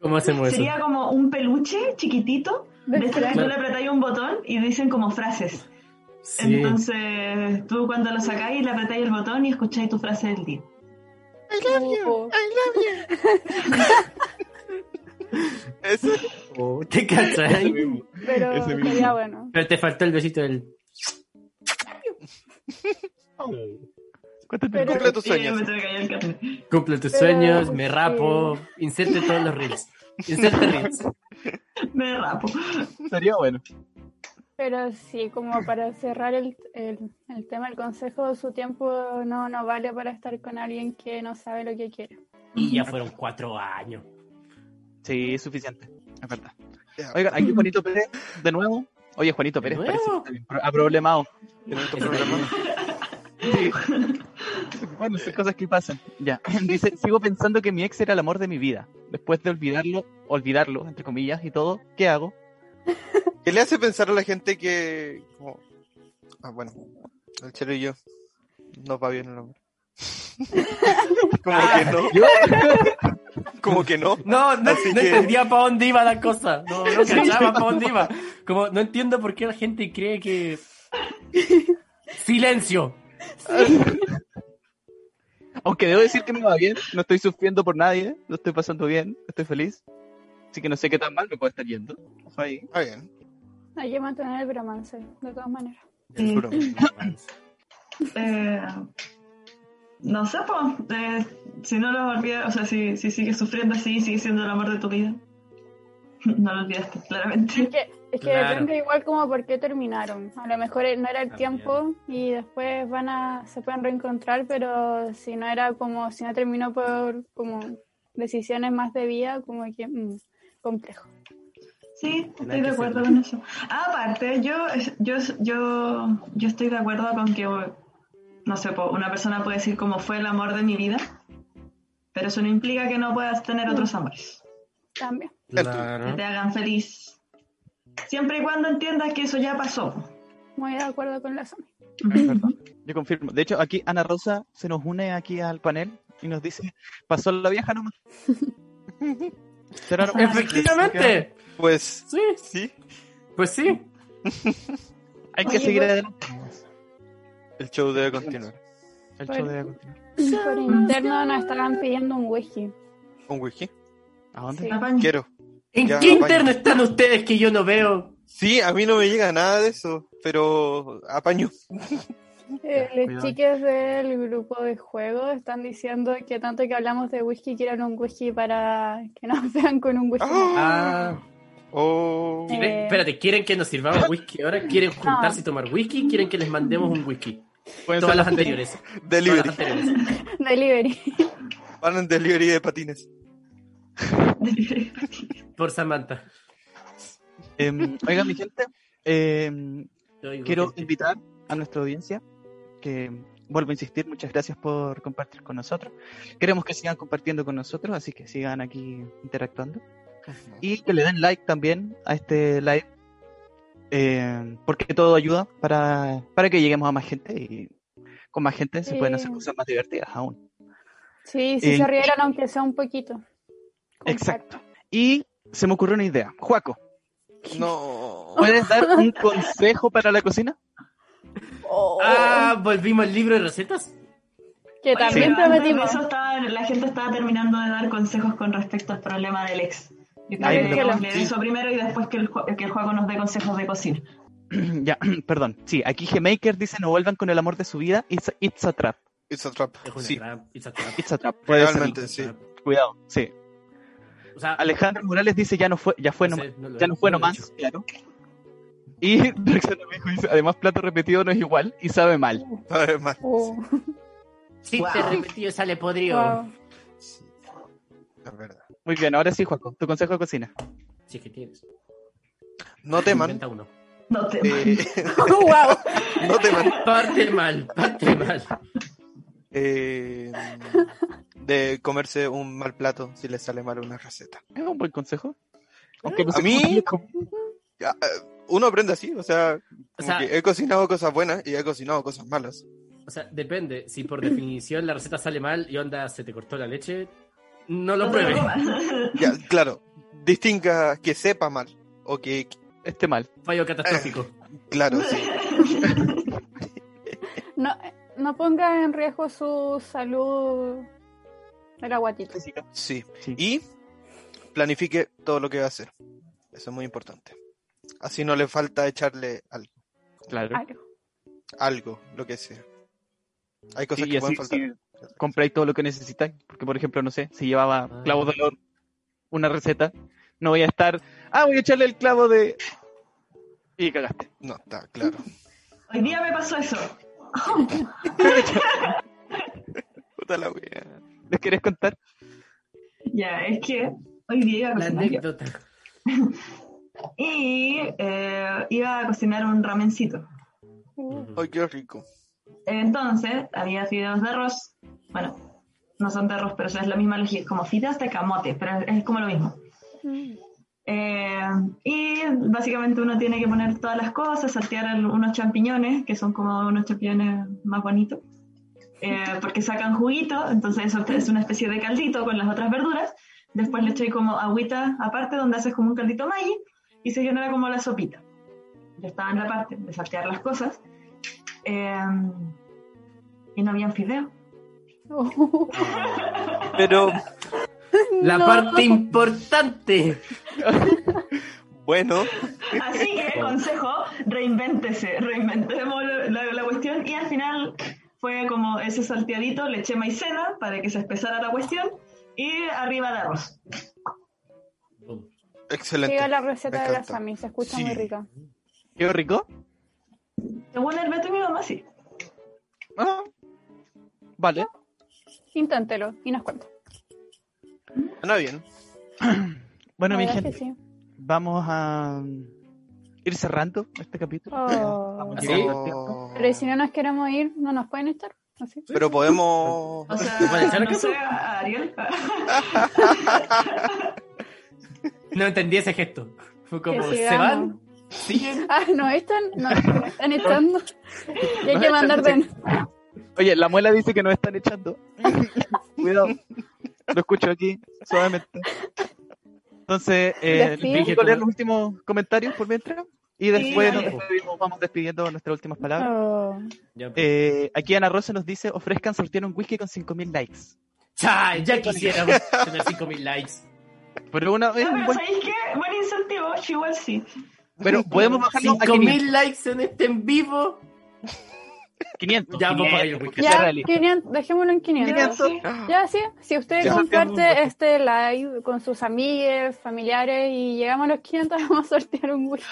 Speaker 4: ¿Cómo hacemos eso?
Speaker 1: Sería como un peluche chiquitito, de estos que tú le apretáis un botón y dicen como frases.
Speaker 4: Sí.
Speaker 1: Entonces tú cuando lo sacáis le apretáis el botón y escucháis tu frase del día.
Speaker 3: Oh,
Speaker 5: Eso.
Speaker 4: Oh, ¿Te cachai?
Speaker 3: Pero
Speaker 2: Ese mismo.
Speaker 3: sería bueno.
Speaker 4: Pero te faltó el besito del.
Speaker 2: Cuéntate.
Speaker 3: Pero-
Speaker 5: Cumple tus
Speaker 1: Y ahí
Speaker 5: sueños.
Speaker 1: me tuve que caer el carnet.
Speaker 4: Cumple tus
Speaker 3: Pero,
Speaker 4: sueños, me
Speaker 3: sí.
Speaker 4: rapo, inserte todos los reels. Inserte reels.
Speaker 1: Me rapo.
Speaker 2: Sería bueno.
Speaker 3: Pero sí, como para cerrar el, el, el tema, el consejo, su tiempo no, no vale para estar con alguien que no sabe lo que quiere.
Speaker 4: Y ya fueron cuatro años.
Speaker 2: Sí, es suficiente. Es verdad.
Speaker 5: Ya.
Speaker 2: Oigan, aquí Juanito Pérez, de nuevo. Oye, Juanito Pérez,
Speaker 4: nuevo?
Speaker 2: parece que está bien pro- ha problemado.
Speaker 5: En estos programas.
Speaker 2: Sí. bueno, son cosas que pasan. Ya. Dice, sigo pensando que mi ex era el amor de mi vida. Después de olvidarlo, olvidarlo, entre comillas, y todo, ¿qué hago?
Speaker 5: ¿Qué le hace pensar a la gente que. como- Ah, bueno. El chelo y yo. Nos va bien el amor. como que no.
Speaker 2: Yo,
Speaker 5: Como que no.
Speaker 4: No, no,
Speaker 5: Así
Speaker 4: no
Speaker 5: que-
Speaker 4: entendía para dónde iba la cosa. No, no cachaba para dónde iba. Como, no entiendo por qué la gente cree que. ¡Silencio!
Speaker 2: aunque debo decir que me va bien, no estoy sufriendo por nadie, lo estoy pasando bien, estoy feliz. Así que no sé qué tan mal me puede estar yendo. Ojo ahí.
Speaker 5: Está bien.
Speaker 3: Hay que mantener el bromance, de todas maneras.
Speaker 1: Sí.
Speaker 5: Juro.
Speaker 1: Eh, no sé, po. Eh, si no lo olvidas, o sea, si, si sigues sufriendo así, sigue siendo el amor de tu vida. No lo olvidaste,
Speaker 3: Es
Speaker 1: claramente.
Speaker 3: que, es que
Speaker 4: Claro.
Speaker 3: depende igual como por qué terminaron. A lo mejor eh, no era el
Speaker 4: También.
Speaker 3: tiempo y después van a, se pueden reencontrar, pero si no era como, si no terminó por como decisiones más de vida, como que mm, complejo.
Speaker 1: Sí, estoy
Speaker 4: Nada
Speaker 1: de
Speaker 4: que
Speaker 1: acuerdo
Speaker 4: hacerle.
Speaker 1: con eso. Ah, aparte, yo, yo, yo, yo estoy de acuerdo con que, no sé, po, una persona puede decir como fue el amor de mi vida, pero eso no implica que no puedas tener otros amores.
Speaker 3: También.
Speaker 4: Claro.
Speaker 1: Que te hagan feliz. Siempre y cuando entiendas que eso ya pasó.
Speaker 3: Muy de acuerdo con la Somi.
Speaker 2: Es verdad. Yo confirmo. De hecho, aquí Ana Rosa se nos une aquí al panel y nos dice, pasó la vieja nomás. Será nomás.
Speaker 4: Efectivamente.
Speaker 5: Pues.
Speaker 4: Sí,
Speaker 5: Sí.
Speaker 4: pues sí.
Speaker 2: Hay que
Speaker 1: Oye,
Speaker 2: seguir
Speaker 1: pues-
Speaker 2: adelante.
Speaker 5: El show debe continuar.
Speaker 2: El show debe continuar.
Speaker 3: Por interno nos estaban pidiendo un whisky.
Speaker 5: ¿Un whisky?
Speaker 2: ¿A dónde?
Speaker 3: Sí.
Speaker 1: Apaña.
Speaker 5: Quiero.
Speaker 4: ¿En
Speaker 5: Ya,
Speaker 4: qué
Speaker 5: apaño.
Speaker 4: interno están ustedes que yo no veo?
Speaker 5: Sí, a mí no me llega nada de eso, pero apaño.
Speaker 3: Eh, los
Speaker 2: cuidado.
Speaker 3: chiques del grupo de juego están diciendo que tanto que hablamos de whisky, quieren un whisky para que nos vean con un whisky.
Speaker 4: Ah,
Speaker 5: Ah. Oh,
Speaker 4: ¿Quieren-
Speaker 3: Eh.
Speaker 4: Espérate, ¿quieren que nos sirvamos whisky ahora? ¿Quieren juntarse y tomar whisky? ¿Quieren que les mandemos un whisky?
Speaker 2: Pueden ser
Speaker 4: Todas las
Speaker 2: las
Speaker 4: anteriores. Todas
Speaker 5: delivery.
Speaker 4: las anteriores.
Speaker 3: Delivery.
Speaker 5: Van en delivery de patines.
Speaker 4: Por Samantha.
Speaker 2: Em, oigan, mi gente, em,
Speaker 4: Te oigo,
Speaker 2: quiero
Speaker 4: gente.
Speaker 2: invitar a nuestra audiencia que vuelvo a insistir, muchas gracias por compartir con nosotros. Queremos que sigan compartiendo con nosotros, así que sigan aquí interactuando. Y que le den like también a este live, eh, porque todo ayuda para, para que lleguemos a más gente y con más gente se pueden hacer
Speaker 3: Sí.
Speaker 2: cosas más divertidas aún.
Speaker 3: Sí, si
Speaker 2: Eh,
Speaker 3: se rieron, aunque sea un poquito.
Speaker 2: Exacto. Y se me ocurrió una idea. Juaco,
Speaker 5: No.
Speaker 2: ¿puedes dar un consejo para la cocina?
Speaker 3: Oh,
Speaker 4: Ah, volvimos al libro de recetas.
Speaker 3: que
Speaker 1: Oye,
Speaker 3: también
Speaker 1: pero antes de
Speaker 3: prometimos.
Speaker 1: Eso estaba- la gente estaba terminando de dar consejos con respecto al problema del ex. Yo creo
Speaker 2: Ahí
Speaker 1: que
Speaker 2: lo-
Speaker 1: deberíamos leer
Speaker 2: sí.
Speaker 1: eso primero y después que el, ju- que el juego nos dé consejos de cocina.
Speaker 2: ya, perdón. Sí, aquí G-Maker dice no vuelvan con el amor de su vida. It's a, it's a trap.
Speaker 5: It's a trap.
Speaker 4: Es una
Speaker 5: Sí,
Speaker 4: trap, it's a trap,
Speaker 2: It's a trap. Puede ser.
Speaker 5: realmente, sí.
Speaker 2: Cuidado. Sí.
Speaker 4: O sea,
Speaker 2: Alejandro Morales dice ya no fue, ya fue
Speaker 4: no
Speaker 2: nomás.
Speaker 4: sé, no lo
Speaker 2: Ya
Speaker 4: he-
Speaker 2: no fue
Speaker 4: no lo he
Speaker 2: nomás,
Speaker 4: hecho.
Speaker 2: claro. Y Roxana Mejo dice, además plato repetido no es igual y sabe mal.
Speaker 5: Sabe mal.
Speaker 3: Oh,
Speaker 4: Sí,
Speaker 1: Wow.
Speaker 4: te repetido sale podrido.
Speaker 3: wow.
Speaker 5: Sí. Es verdad.
Speaker 2: Muy bien, ahora sí, Juaco, tu consejo de cocina.
Speaker 4: Si es que tienes.
Speaker 5: No teman.
Speaker 4: Inventa uno.
Speaker 1: No te
Speaker 5: eh,
Speaker 3: Wow.
Speaker 5: no teman.
Speaker 4: Parte mal, parte mal.
Speaker 5: eh, de comerse un mal plato si les sale mal una receta.
Speaker 2: Es un buen consejo. Aunque no
Speaker 5: ¿A
Speaker 2: sé
Speaker 5: mí?
Speaker 2: cómo le com-
Speaker 5: Ya, eh, Uno aprende así, o sea,
Speaker 4: O
Speaker 5: como
Speaker 4: sea-
Speaker 5: que he cocinado cosas buenas y he cocinado cosas malas.
Speaker 4: O sea, depende. Si por definición la receta sale mal y onda se te cortó la leche, no lo
Speaker 1: no te
Speaker 4: pruebes.
Speaker 1: comas.
Speaker 5: Ya, claro, distinga que sepa mal o que,
Speaker 2: Este mal.
Speaker 4: Fallo catastrófico.
Speaker 5: claro, sí.
Speaker 3: No, no ponga en riesgo su salud de la
Speaker 5: ¿Eh?
Speaker 3: guatita.
Speaker 5: Sí.
Speaker 2: Sí.
Speaker 5: Y planifique todo lo que va a hacer. Eso es muy importante. Así no le falta echarle al-
Speaker 2: Claro.
Speaker 3: Algo.
Speaker 5: algo, lo que sea. Hay cosas
Speaker 2: Y,
Speaker 5: que
Speaker 2: así
Speaker 5: pueden faltar.
Speaker 2: sí, compráis todo lo que necesitáis. Porque, por ejemplo, no sé, si llevaba
Speaker 4: Ah.
Speaker 2: clavo de olor, una receta, no voy a estar, ah, voy a echarle el clavo de... Y cagaste.
Speaker 5: No, está claro.
Speaker 1: Hoy día me pasó eso.
Speaker 5: Puta la wea.
Speaker 2: ¿Les querés contar?
Speaker 1: Ya, es que hoy día iba a
Speaker 4: La
Speaker 1: cocinar yo.
Speaker 4: anécdota.
Speaker 1: Y eh, iba a cocinar un ramencito.
Speaker 3: uh,
Speaker 5: Ay, qué rico.
Speaker 1: Entonces, había fideos de arroz. Bueno, no son de arroz, pero o sea, es la misma lógica. Es como fideos de camote, pero es como lo mismo.
Speaker 3: Mm.
Speaker 1: Eh, y básicamente uno tiene que poner todas las cosas, saltear al- unos champiñones, que son como unos champiñones más bonitos, eh, porque sacan juguito, entonces eso es una especie de caldito con las otras verduras. Después le echáis como agüita aparte, donde haces como un caldito Maggi, y se genera como la sopita. Yo estaba en la parte de saltear las cosas, eh, y no habían fideo.
Speaker 3: Oh,
Speaker 5: Pero
Speaker 4: La
Speaker 3: no.
Speaker 4: parte importante.
Speaker 5: bueno,
Speaker 1: Así que, consejo, reinvéntese, reinventemos la, la- la cuestión y al final fue como ese salteadito, le eché maicena para que se espesara la cuestión y arriba de arroz.
Speaker 5: excelente.
Speaker 3: Siga la receta
Speaker 5: Me
Speaker 3: de la
Speaker 5: encanta.
Speaker 3: Sami, se escucha
Speaker 5: Sí.
Speaker 3: muy rica.
Speaker 2: ¿Qué rico?
Speaker 1: Según el Beto y mi mamá, sí.
Speaker 2: Ah, vale.
Speaker 3: Inténtelo y nos cuenta.
Speaker 5: Anda bien.
Speaker 2: Bueno,
Speaker 3: La
Speaker 2: mi
Speaker 3: verdad
Speaker 2: gente,
Speaker 3: es que sí.
Speaker 2: vamos a mm, ir cerrando este capítulo.
Speaker 3: Oh.
Speaker 2: Vamos
Speaker 4: ¿Sí?
Speaker 2: llegando al tiempo.
Speaker 3: Pero si no nos queremos ir, no nos pueden estar. Así.
Speaker 5: Pero podemos.
Speaker 1: O sea,
Speaker 4: ¿Puede echar
Speaker 1: no
Speaker 4: acaso?
Speaker 1: sé, a Ariel.
Speaker 4: No entendí ese gesto. Fue como,
Speaker 3: Que
Speaker 4: ¿se
Speaker 3: sigamos.
Speaker 4: van? ¿Siguen?
Speaker 3: Ah, no están, no están echando. Y hay
Speaker 2: Nos
Speaker 3: que
Speaker 2: están
Speaker 3: mandar de
Speaker 2: Oye, la muela dice que nos están echando. Cuidado. Lo escucho aquí, suavemente. Entonces, eh, les
Speaker 3: Despide.
Speaker 2: digo leer los últimos comentarios por mientras. Y después
Speaker 1: dale.
Speaker 2: nos despedimos, vamos despidiendo nuestras últimas palabras.
Speaker 3: Oh.
Speaker 4: Ya, pues.
Speaker 2: Eh, aquí Ana Rosa nos dice, ofrezcan sortear un whisky con 5.000 likes.
Speaker 4: Cha, ya quisiéramos tener 5.000 likes.
Speaker 2: Pero una vez,
Speaker 1: Ya,
Speaker 3: Ah,
Speaker 1: pero
Speaker 2: bueno,
Speaker 1: ¿sabéis qué? Buen incentivo, igual sí.
Speaker 2: pero podemos bajarlo a 5.000.
Speaker 4: 5.000 likes en este en vivo.
Speaker 2: 500.
Speaker 4: Ya, pues,
Speaker 2: 500,
Speaker 4: ahí,
Speaker 2: porque sea
Speaker 3: Ya,
Speaker 2: realista.
Speaker 3: 500, dejémoslo en 500.
Speaker 2: 500.
Speaker 3: Ya, sí. Si usted
Speaker 5: Ya.
Speaker 3: comparte este live con sus amigues, familiares y llegamos a los 500, vamos a sortear un gusto.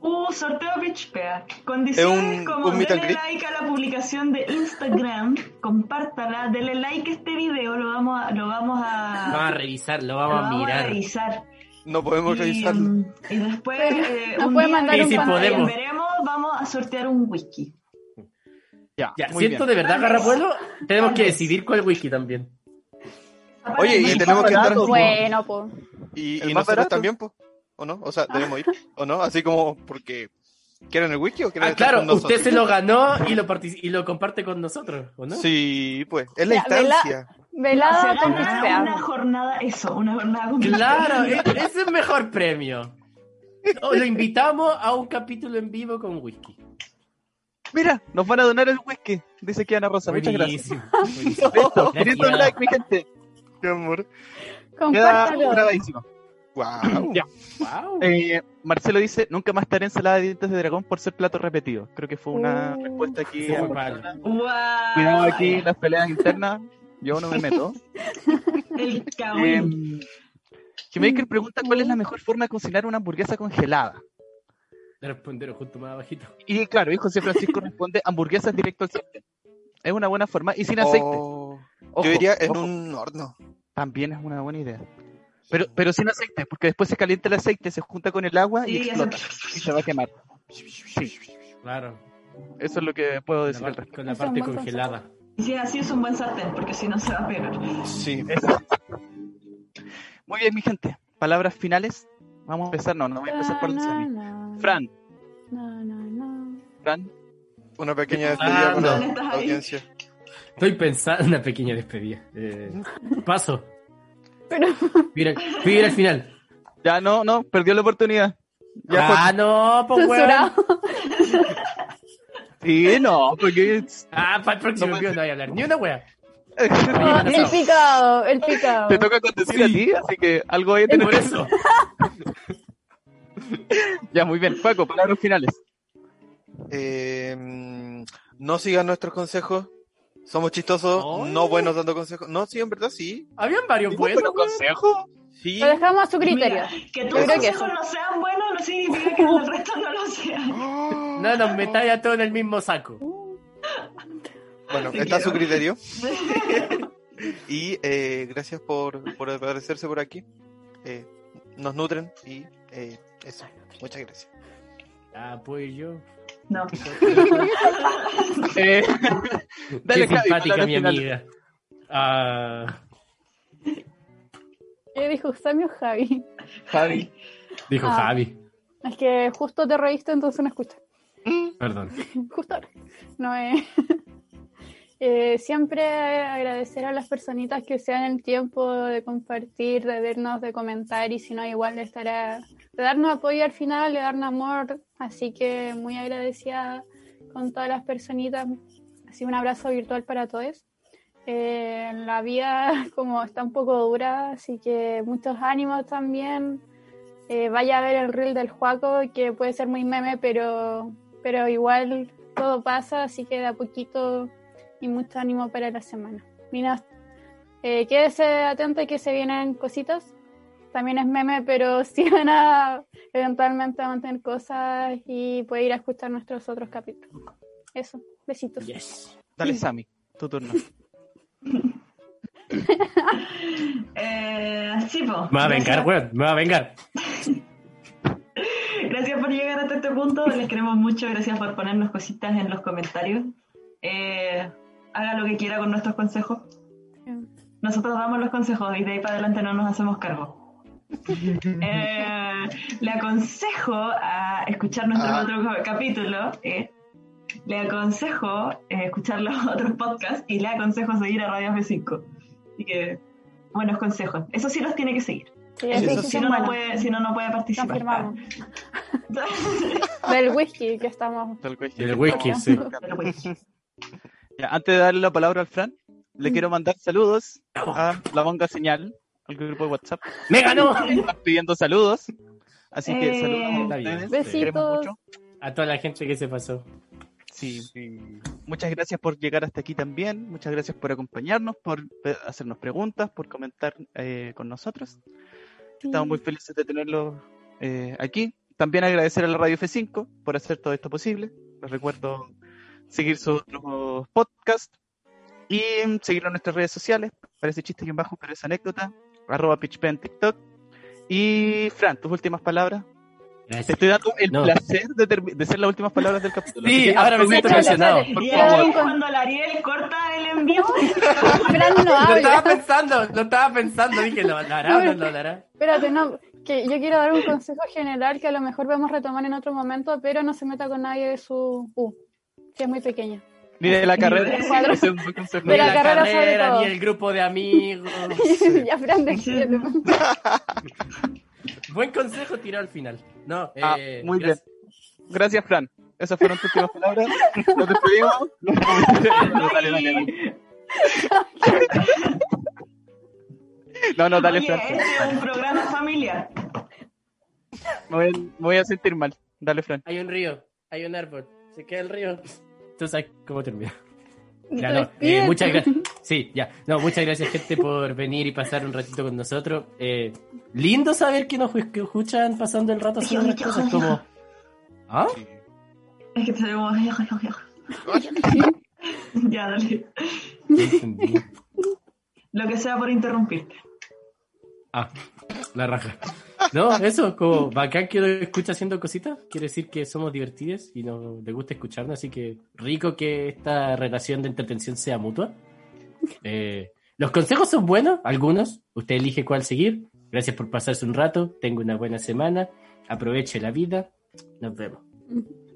Speaker 1: Uh, sorteo Pitch Pea. Condiciones
Speaker 5: Es un-
Speaker 1: como
Speaker 5: un meet and
Speaker 1: denle
Speaker 5: greet.
Speaker 1: like a la publicación de Instagram, compártala, denle like a este video, lo vamos a, lo vamos
Speaker 4: Vamos
Speaker 5: Ah,
Speaker 1: a,
Speaker 4: a revisarlo,
Speaker 1: lo
Speaker 3: Ah,
Speaker 4: vamos a
Speaker 1: vamos a
Speaker 4: mirar.
Speaker 1: revisar.
Speaker 5: No podemos
Speaker 1: Y,
Speaker 5: revisarlo.
Speaker 1: mm, Y, después,
Speaker 3: Sí.
Speaker 1: eh,
Speaker 3: Nos
Speaker 1: un
Speaker 3: pueden
Speaker 1: día
Speaker 3: mandar
Speaker 1: que
Speaker 4: un Sí, sí
Speaker 1: cuando
Speaker 4: podemos.
Speaker 1: veremos, vamos a sortear un whisky.
Speaker 2: Ya,
Speaker 4: Ya,
Speaker 2: muy
Speaker 4: siento
Speaker 2: bien.
Speaker 4: de verdad,
Speaker 1: Vale.
Speaker 4: Garrapuelo, tenemos que
Speaker 1: Vale.
Speaker 4: decidir cuál wiki también.
Speaker 5: Oye,
Speaker 2: Muy
Speaker 5: y tenemos que estar
Speaker 2: barato,
Speaker 5: así.
Speaker 3: Bueno, pues.
Speaker 5: Y,
Speaker 2: El
Speaker 5: y
Speaker 2: más
Speaker 5: nosotros
Speaker 2: barato.
Speaker 5: también, pues. ¿O no? O sea, debemos ir. ¿O no? Así como porque. ¿Quieren el wiki o quieren
Speaker 4: Ah,
Speaker 5: estar
Speaker 4: claro,
Speaker 5: con nosotros?
Speaker 4: usted se lo ganó y lo, partici- y lo comparte con nosotros, ¿o no?
Speaker 5: Sí, pues. Es la
Speaker 3: Ya, vela-
Speaker 5: instancia.
Speaker 3: Velada
Speaker 1: Se
Speaker 3: con
Speaker 1: gana
Speaker 3: pispea.
Speaker 1: una jornada, eso, una jornada con
Speaker 4: Claro, e- ese es el mejor premio. O lo invitamos a un capítulo en vivo con whisky.
Speaker 2: Mira, nos van a donar el whisky. Dice que Ana Rosa. Muchas gracias.
Speaker 4: Buenísimo, buenísimo.
Speaker 2: Listo,
Speaker 4: Gracias.
Speaker 2: 500 likes, mi gente.
Speaker 5: Qué amor.
Speaker 2: Queda
Speaker 3: Compártalo.
Speaker 2: grabadísimo.
Speaker 5: Wow.
Speaker 2: Ya.
Speaker 4: Wow.
Speaker 2: Eh, Marcelo dice, nunca más estaré en ensalada de dientes de dragón por ser plato repetido. Creo que fue una
Speaker 3: Uh.
Speaker 2: respuesta aquí.
Speaker 4: Fue
Speaker 2: a-
Speaker 4: muy malo.
Speaker 1: Guau.
Speaker 2: Cuidado aquí las peleas internas. Yo no me meto.
Speaker 1: El
Speaker 2: Eh,
Speaker 1: cagüín.
Speaker 2: Jiménez pregunta cuál es la mejor forma de cocinar una hamburguesa congelada.
Speaker 4: Le respondieron justo más abajito.
Speaker 2: Y claro, hijo José Francisco responde hamburguesas directo al sartén. Es una buena forma y sin aceite.
Speaker 5: O-
Speaker 2: Ojo,
Speaker 5: Oh. Yo diría en
Speaker 2: ojo,
Speaker 5: un horno.
Speaker 2: También es una buena idea. Pero, pero sin aceite, porque después se calienta el aceite, se junta con el agua y,
Speaker 1: Sí, ya
Speaker 2: explota. Y se va a quemar.
Speaker 4: Claro.
Speaker 2: Eso es lo que puedo
Speaker 4: Con
Speaker 2: decir
Speaker 4: la,
Speaker 2: al
Speaker 4: par-
Speaker 2: respecto.
Speaker 4: con la
Speaker 3: Eso es
Speaker 4: parte
Speaker 3: un buen
Speaker 4: congelada.
Speaker 1: Y si es así es un buen sartén, porque si no se va a pegar.
Speaker 5: Sí.
Speaker 2: Muy bien, mi gente. Palabras finales. Vamos a empezar. No, no voy a empezar por el
Speaker 3: Ah,
Speaker 2: Sammy. Fran,
Speaker 3: No, no, no.
Speaker 2: Fran,
Speaker 5: Una pequeña
Speaker 4: Ah,
Speaker 5: despedida con
Speaker 4: no.
Speaker 5: la audiencia.
Speaker 4: Estoy pensando una pequeña despedida. Eh, paso.
Speaker 3: Pero
Speaker 4: Mira, mira el final.
Speaker 2: ya no, no, perdió la oportunidad. Ya fue.
Speaker 4: ah, no, pues weón.
Speaker 3: censurado.
Speaker 2: Sí, no, porque
Speaker 4: Ah, para el próximo video no voy a hablar ni una wea.
Speaker 3: el picado, el picado.
Speaker 2: te toca contestar a ti, así que algo hay que tener.
Speaker 4: Por eso.
Speaker 2: Ya, muy bien. Paco, palabras finales.
Speaker 5: Eh, mm, no sigan nuestros consejos. Somos chistosos,
Speaker 4: Oh.
Speaker 5: no buenos dando consejos. No, sí, en verdad sí.
Speaker 4: Habían varios buenos.
Speaker 2: consejo?
Speaker 5: Sí.
Speaker 3: Lo dejamos a su criterio.
Speaker 1: Mira, que
Speaker 5: Yo
Speaker 1: tus
Speaker 5: creo que
Speaker 1: consejos no sean buenos no significa que el resto no lo sean.
Speaker 4: No nos metáis a todos en el mismo saco.
Speaker 5: Bueno,
Speaker 1: Te
Speaker 5: está a su
Speaker 1: quiero.
Speaker 5: criterio. Y eh, gracias por, por aparecerse por aquí. Eh, nos nutren y eh, eso. Muchas gracias.
Speaker 4: Ah, pues yo.
Speaker 1: No.
Speaker 2: Eh, dale,
Speaker 4: Qué
Speaker 2: Javi,
Speaker 4: simpática
Speaker 2: palabras
Speaker 4: mi
Speaker 2: finales.
Speaker 4: amiga. Ah,
Speaker 3: ¿Qué dijo Sammy o Javi?
Speaker 2: Javi.
Speaker 4: dijo
Speaker 3: Ah.
Speaker 4: Javi.
Speaker 3: Es que justo te reíste, entonces no escuché.
Speaker 4: Perdón.
Speaker 3: Justo ahora. No es. Eh, siempre agradecer a las personitas que se dan el tiempo de compartir, de vernos, de comentar y si no, igual de estar a- de darnos apoyo al final, de darnos amor. Así que muy agradecida con todas las personitas. Así un abrazo virtual para todos. Eh, la vida como está un poco dura, así que muchos ánimos también. Eh, vaya a ver el reel del Juaco, que puede ser muy meme, pero, pero igual todo pasa, así que de a poquito y mucho ánimo para la semana. Mira, eh, quédese atento que se vienen cositas. También es meme, pero sí van a eventualmente van a tener cosas y puede ir a escuchar nuestros otros capítulos. Eso, besitos.
Speaker 4: Yes.
Speaker 2: Dale, Sammy, tu turno.
Speaker 1: Eh, sí, po.
Speaker 4: Me va a vengar, weón. Me va a vengar.
Speaker 1: Gracias por llegar hasta este punto, les queremos mucho, gracias por ponernos cositas en los comentarios. Eh, haga lo que quiera con nuestros consejos. Nosotros damos los consejos y de ahí para adelante no nos hacemos cargo. Eh, le aconsejo a escuchar nuestro
Speaker 5: Ah.
Speaker 1: otro co- capítulo, eh. le aconsejo eh, escuchar los otros podcasts y le aconsejo seguir a Radio F5. Así que, buenos consejos. Eso sí los tiene que seguir.
Speaker 3: Sí,
Speaker 5: Eso
Speaker 3: sí,
Speaker 5: sí,
Speaker 3: sí,
Speaker 1: Si
Speaker 3: son
Speaker 1: no, no
Speaker 3: buenas.
Speaker 1: puede, si no, no puede participar.
Speaker 3: Confirmamos. Del whisky que estamos.
Speaker 2: Del whisky.
Speaker 4: El whisky, sí.
Speaker 1: Pero bueno.
Speaker 2: Ya, antes de darle la palabra al Fran, le quiero mandar saludos a La Monga Señal, al grupo de WhatsApp.
Speaker 4: ¡Me ganó!
Speaker 2: Están pidiendo saludos. Así que
Speaker 1: Eh,
Speaker 2: saludos a
Speaker 4: está bien.
Speaker 2: ustedes.
Speaker 3: Besitos.
Speaker 2: Queremos mucho.
Speaker 4: A toda la gente que se pasó.
Speaker 2: Sí, sí. Muchas gracias por llegar hasta aquí también. Muchas gracias por acompañarnos, por eh, hacernos preguntas, por comentar eh, con nosotros. Estamos muy felices de tenerlos eh, aquí. También agradecer a la Radio F5 por hacer todo esto posible. Les recuerdo seguir sus otros podcasts y mm, seguirnos en nuestras redes sociales. Parece chiste y en bajo, pero es anécdota. Arroba PitchPen, TikTok. Y Fran, tus últimas palabras.
Speaker 4: Este
Speaker 2: Te estoy dando el
Speaker 4: No.
Speaker 2: placer de, termi- de ser las últimas palabras del capítulo.
Speaker 4: Sí,
Speaker 2: Así que
Speaker 4: ahora me
Speaker 2: aprovecha
Speaker 4: siento presionado.
Speaker 2: por
Speaker 1: Y
Speaker 2: favor.
Speaker 1: ahí cuando la Ariel corta el envío,
Speaker 3: Fran no
Speaker 4: Lo estaba
Speaker 3: habla.
Speaker 4: pensando, lo estaba pensando, dije, ¿lo hablará o no lo hablará?
Speaker 3: Espérate, no, que yo quiero dar un consejo general que a lo mejor vamos a retomar en otro momento, pero no se meta con nadie de su U, si es muy pequeña.
Speaker 2: Ni de la carrera.
Speaker 1: Ni
Speaker 3: de-
Speaker 2: Ese es un concepto.
Speaker 3: De la
Speaker 4: Ni
Speaker 3: carrera sobre todo.
Speaker 4: ni el grupo de amigos.
Speaker 3: ya, Fran, despídete.
Speaker 4: Buen consejo tirado al final. No,
Speaker 2: Ah,
Speaker 4: eh,
Speaker 2: muy
Speaker 4: gracias.
Speaker 2: Gracias, Fran. Esas fueron tus últimas palabras. Nos despedimos. No, dale, dale, dale. No, no, dale,
Speaker 1: oye,
Speaker 2: Fran.
Speaker 1: este es un programa familiar.
Speaker 2: Me voy, a- me voy a sentir mal. Dale, Fran.
Speaker 4: Hay un río, hay un árbol, se queda el río. Tú sabes cómo termina. Ya, no, eh,
Speaker 3: Despídete.
Speaker 4: muchas gracias. Sí, ya. No, muchas gracias, gente, por venir y pasar un ratito con nosotros. Eh, lindo saber que nos ju- que escuchan pasando el rato haciendo otras cosas como. ¿Ah?
Speaker 1: Es que tenemos. ya, dale.
Speaker 4: No entendí.
Speaker 1: Lo que sea por interrumpirte.
Speaker 4: Ah, la raja. No, eso, como bacán que nos escucha haciendo cositas, quiere decir que somos divertidos y nos le gusta escucharnos, así que rico que esta relación de entretención sea mutua. Eh, los consejos son buenos, algunos, usted elige cuál seguir. Gracias por pasarse un rato, tenga una buena semana, aproveche la vida, nos vemos.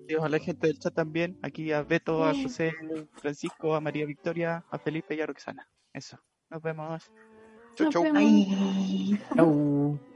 Speaker 2: Y ojalá hay gente del chat también. Aquí a Beto, a José, Francisco, a María Victoria, a Felipe y a Roxana. Eso. Nos vemos.
Speaker 5: Chau,
Speaker 3: Nos
Speaker 5: chau.
Speaker 3: vemos.
Speaker 1: Ay.
Speaker 4: Chau.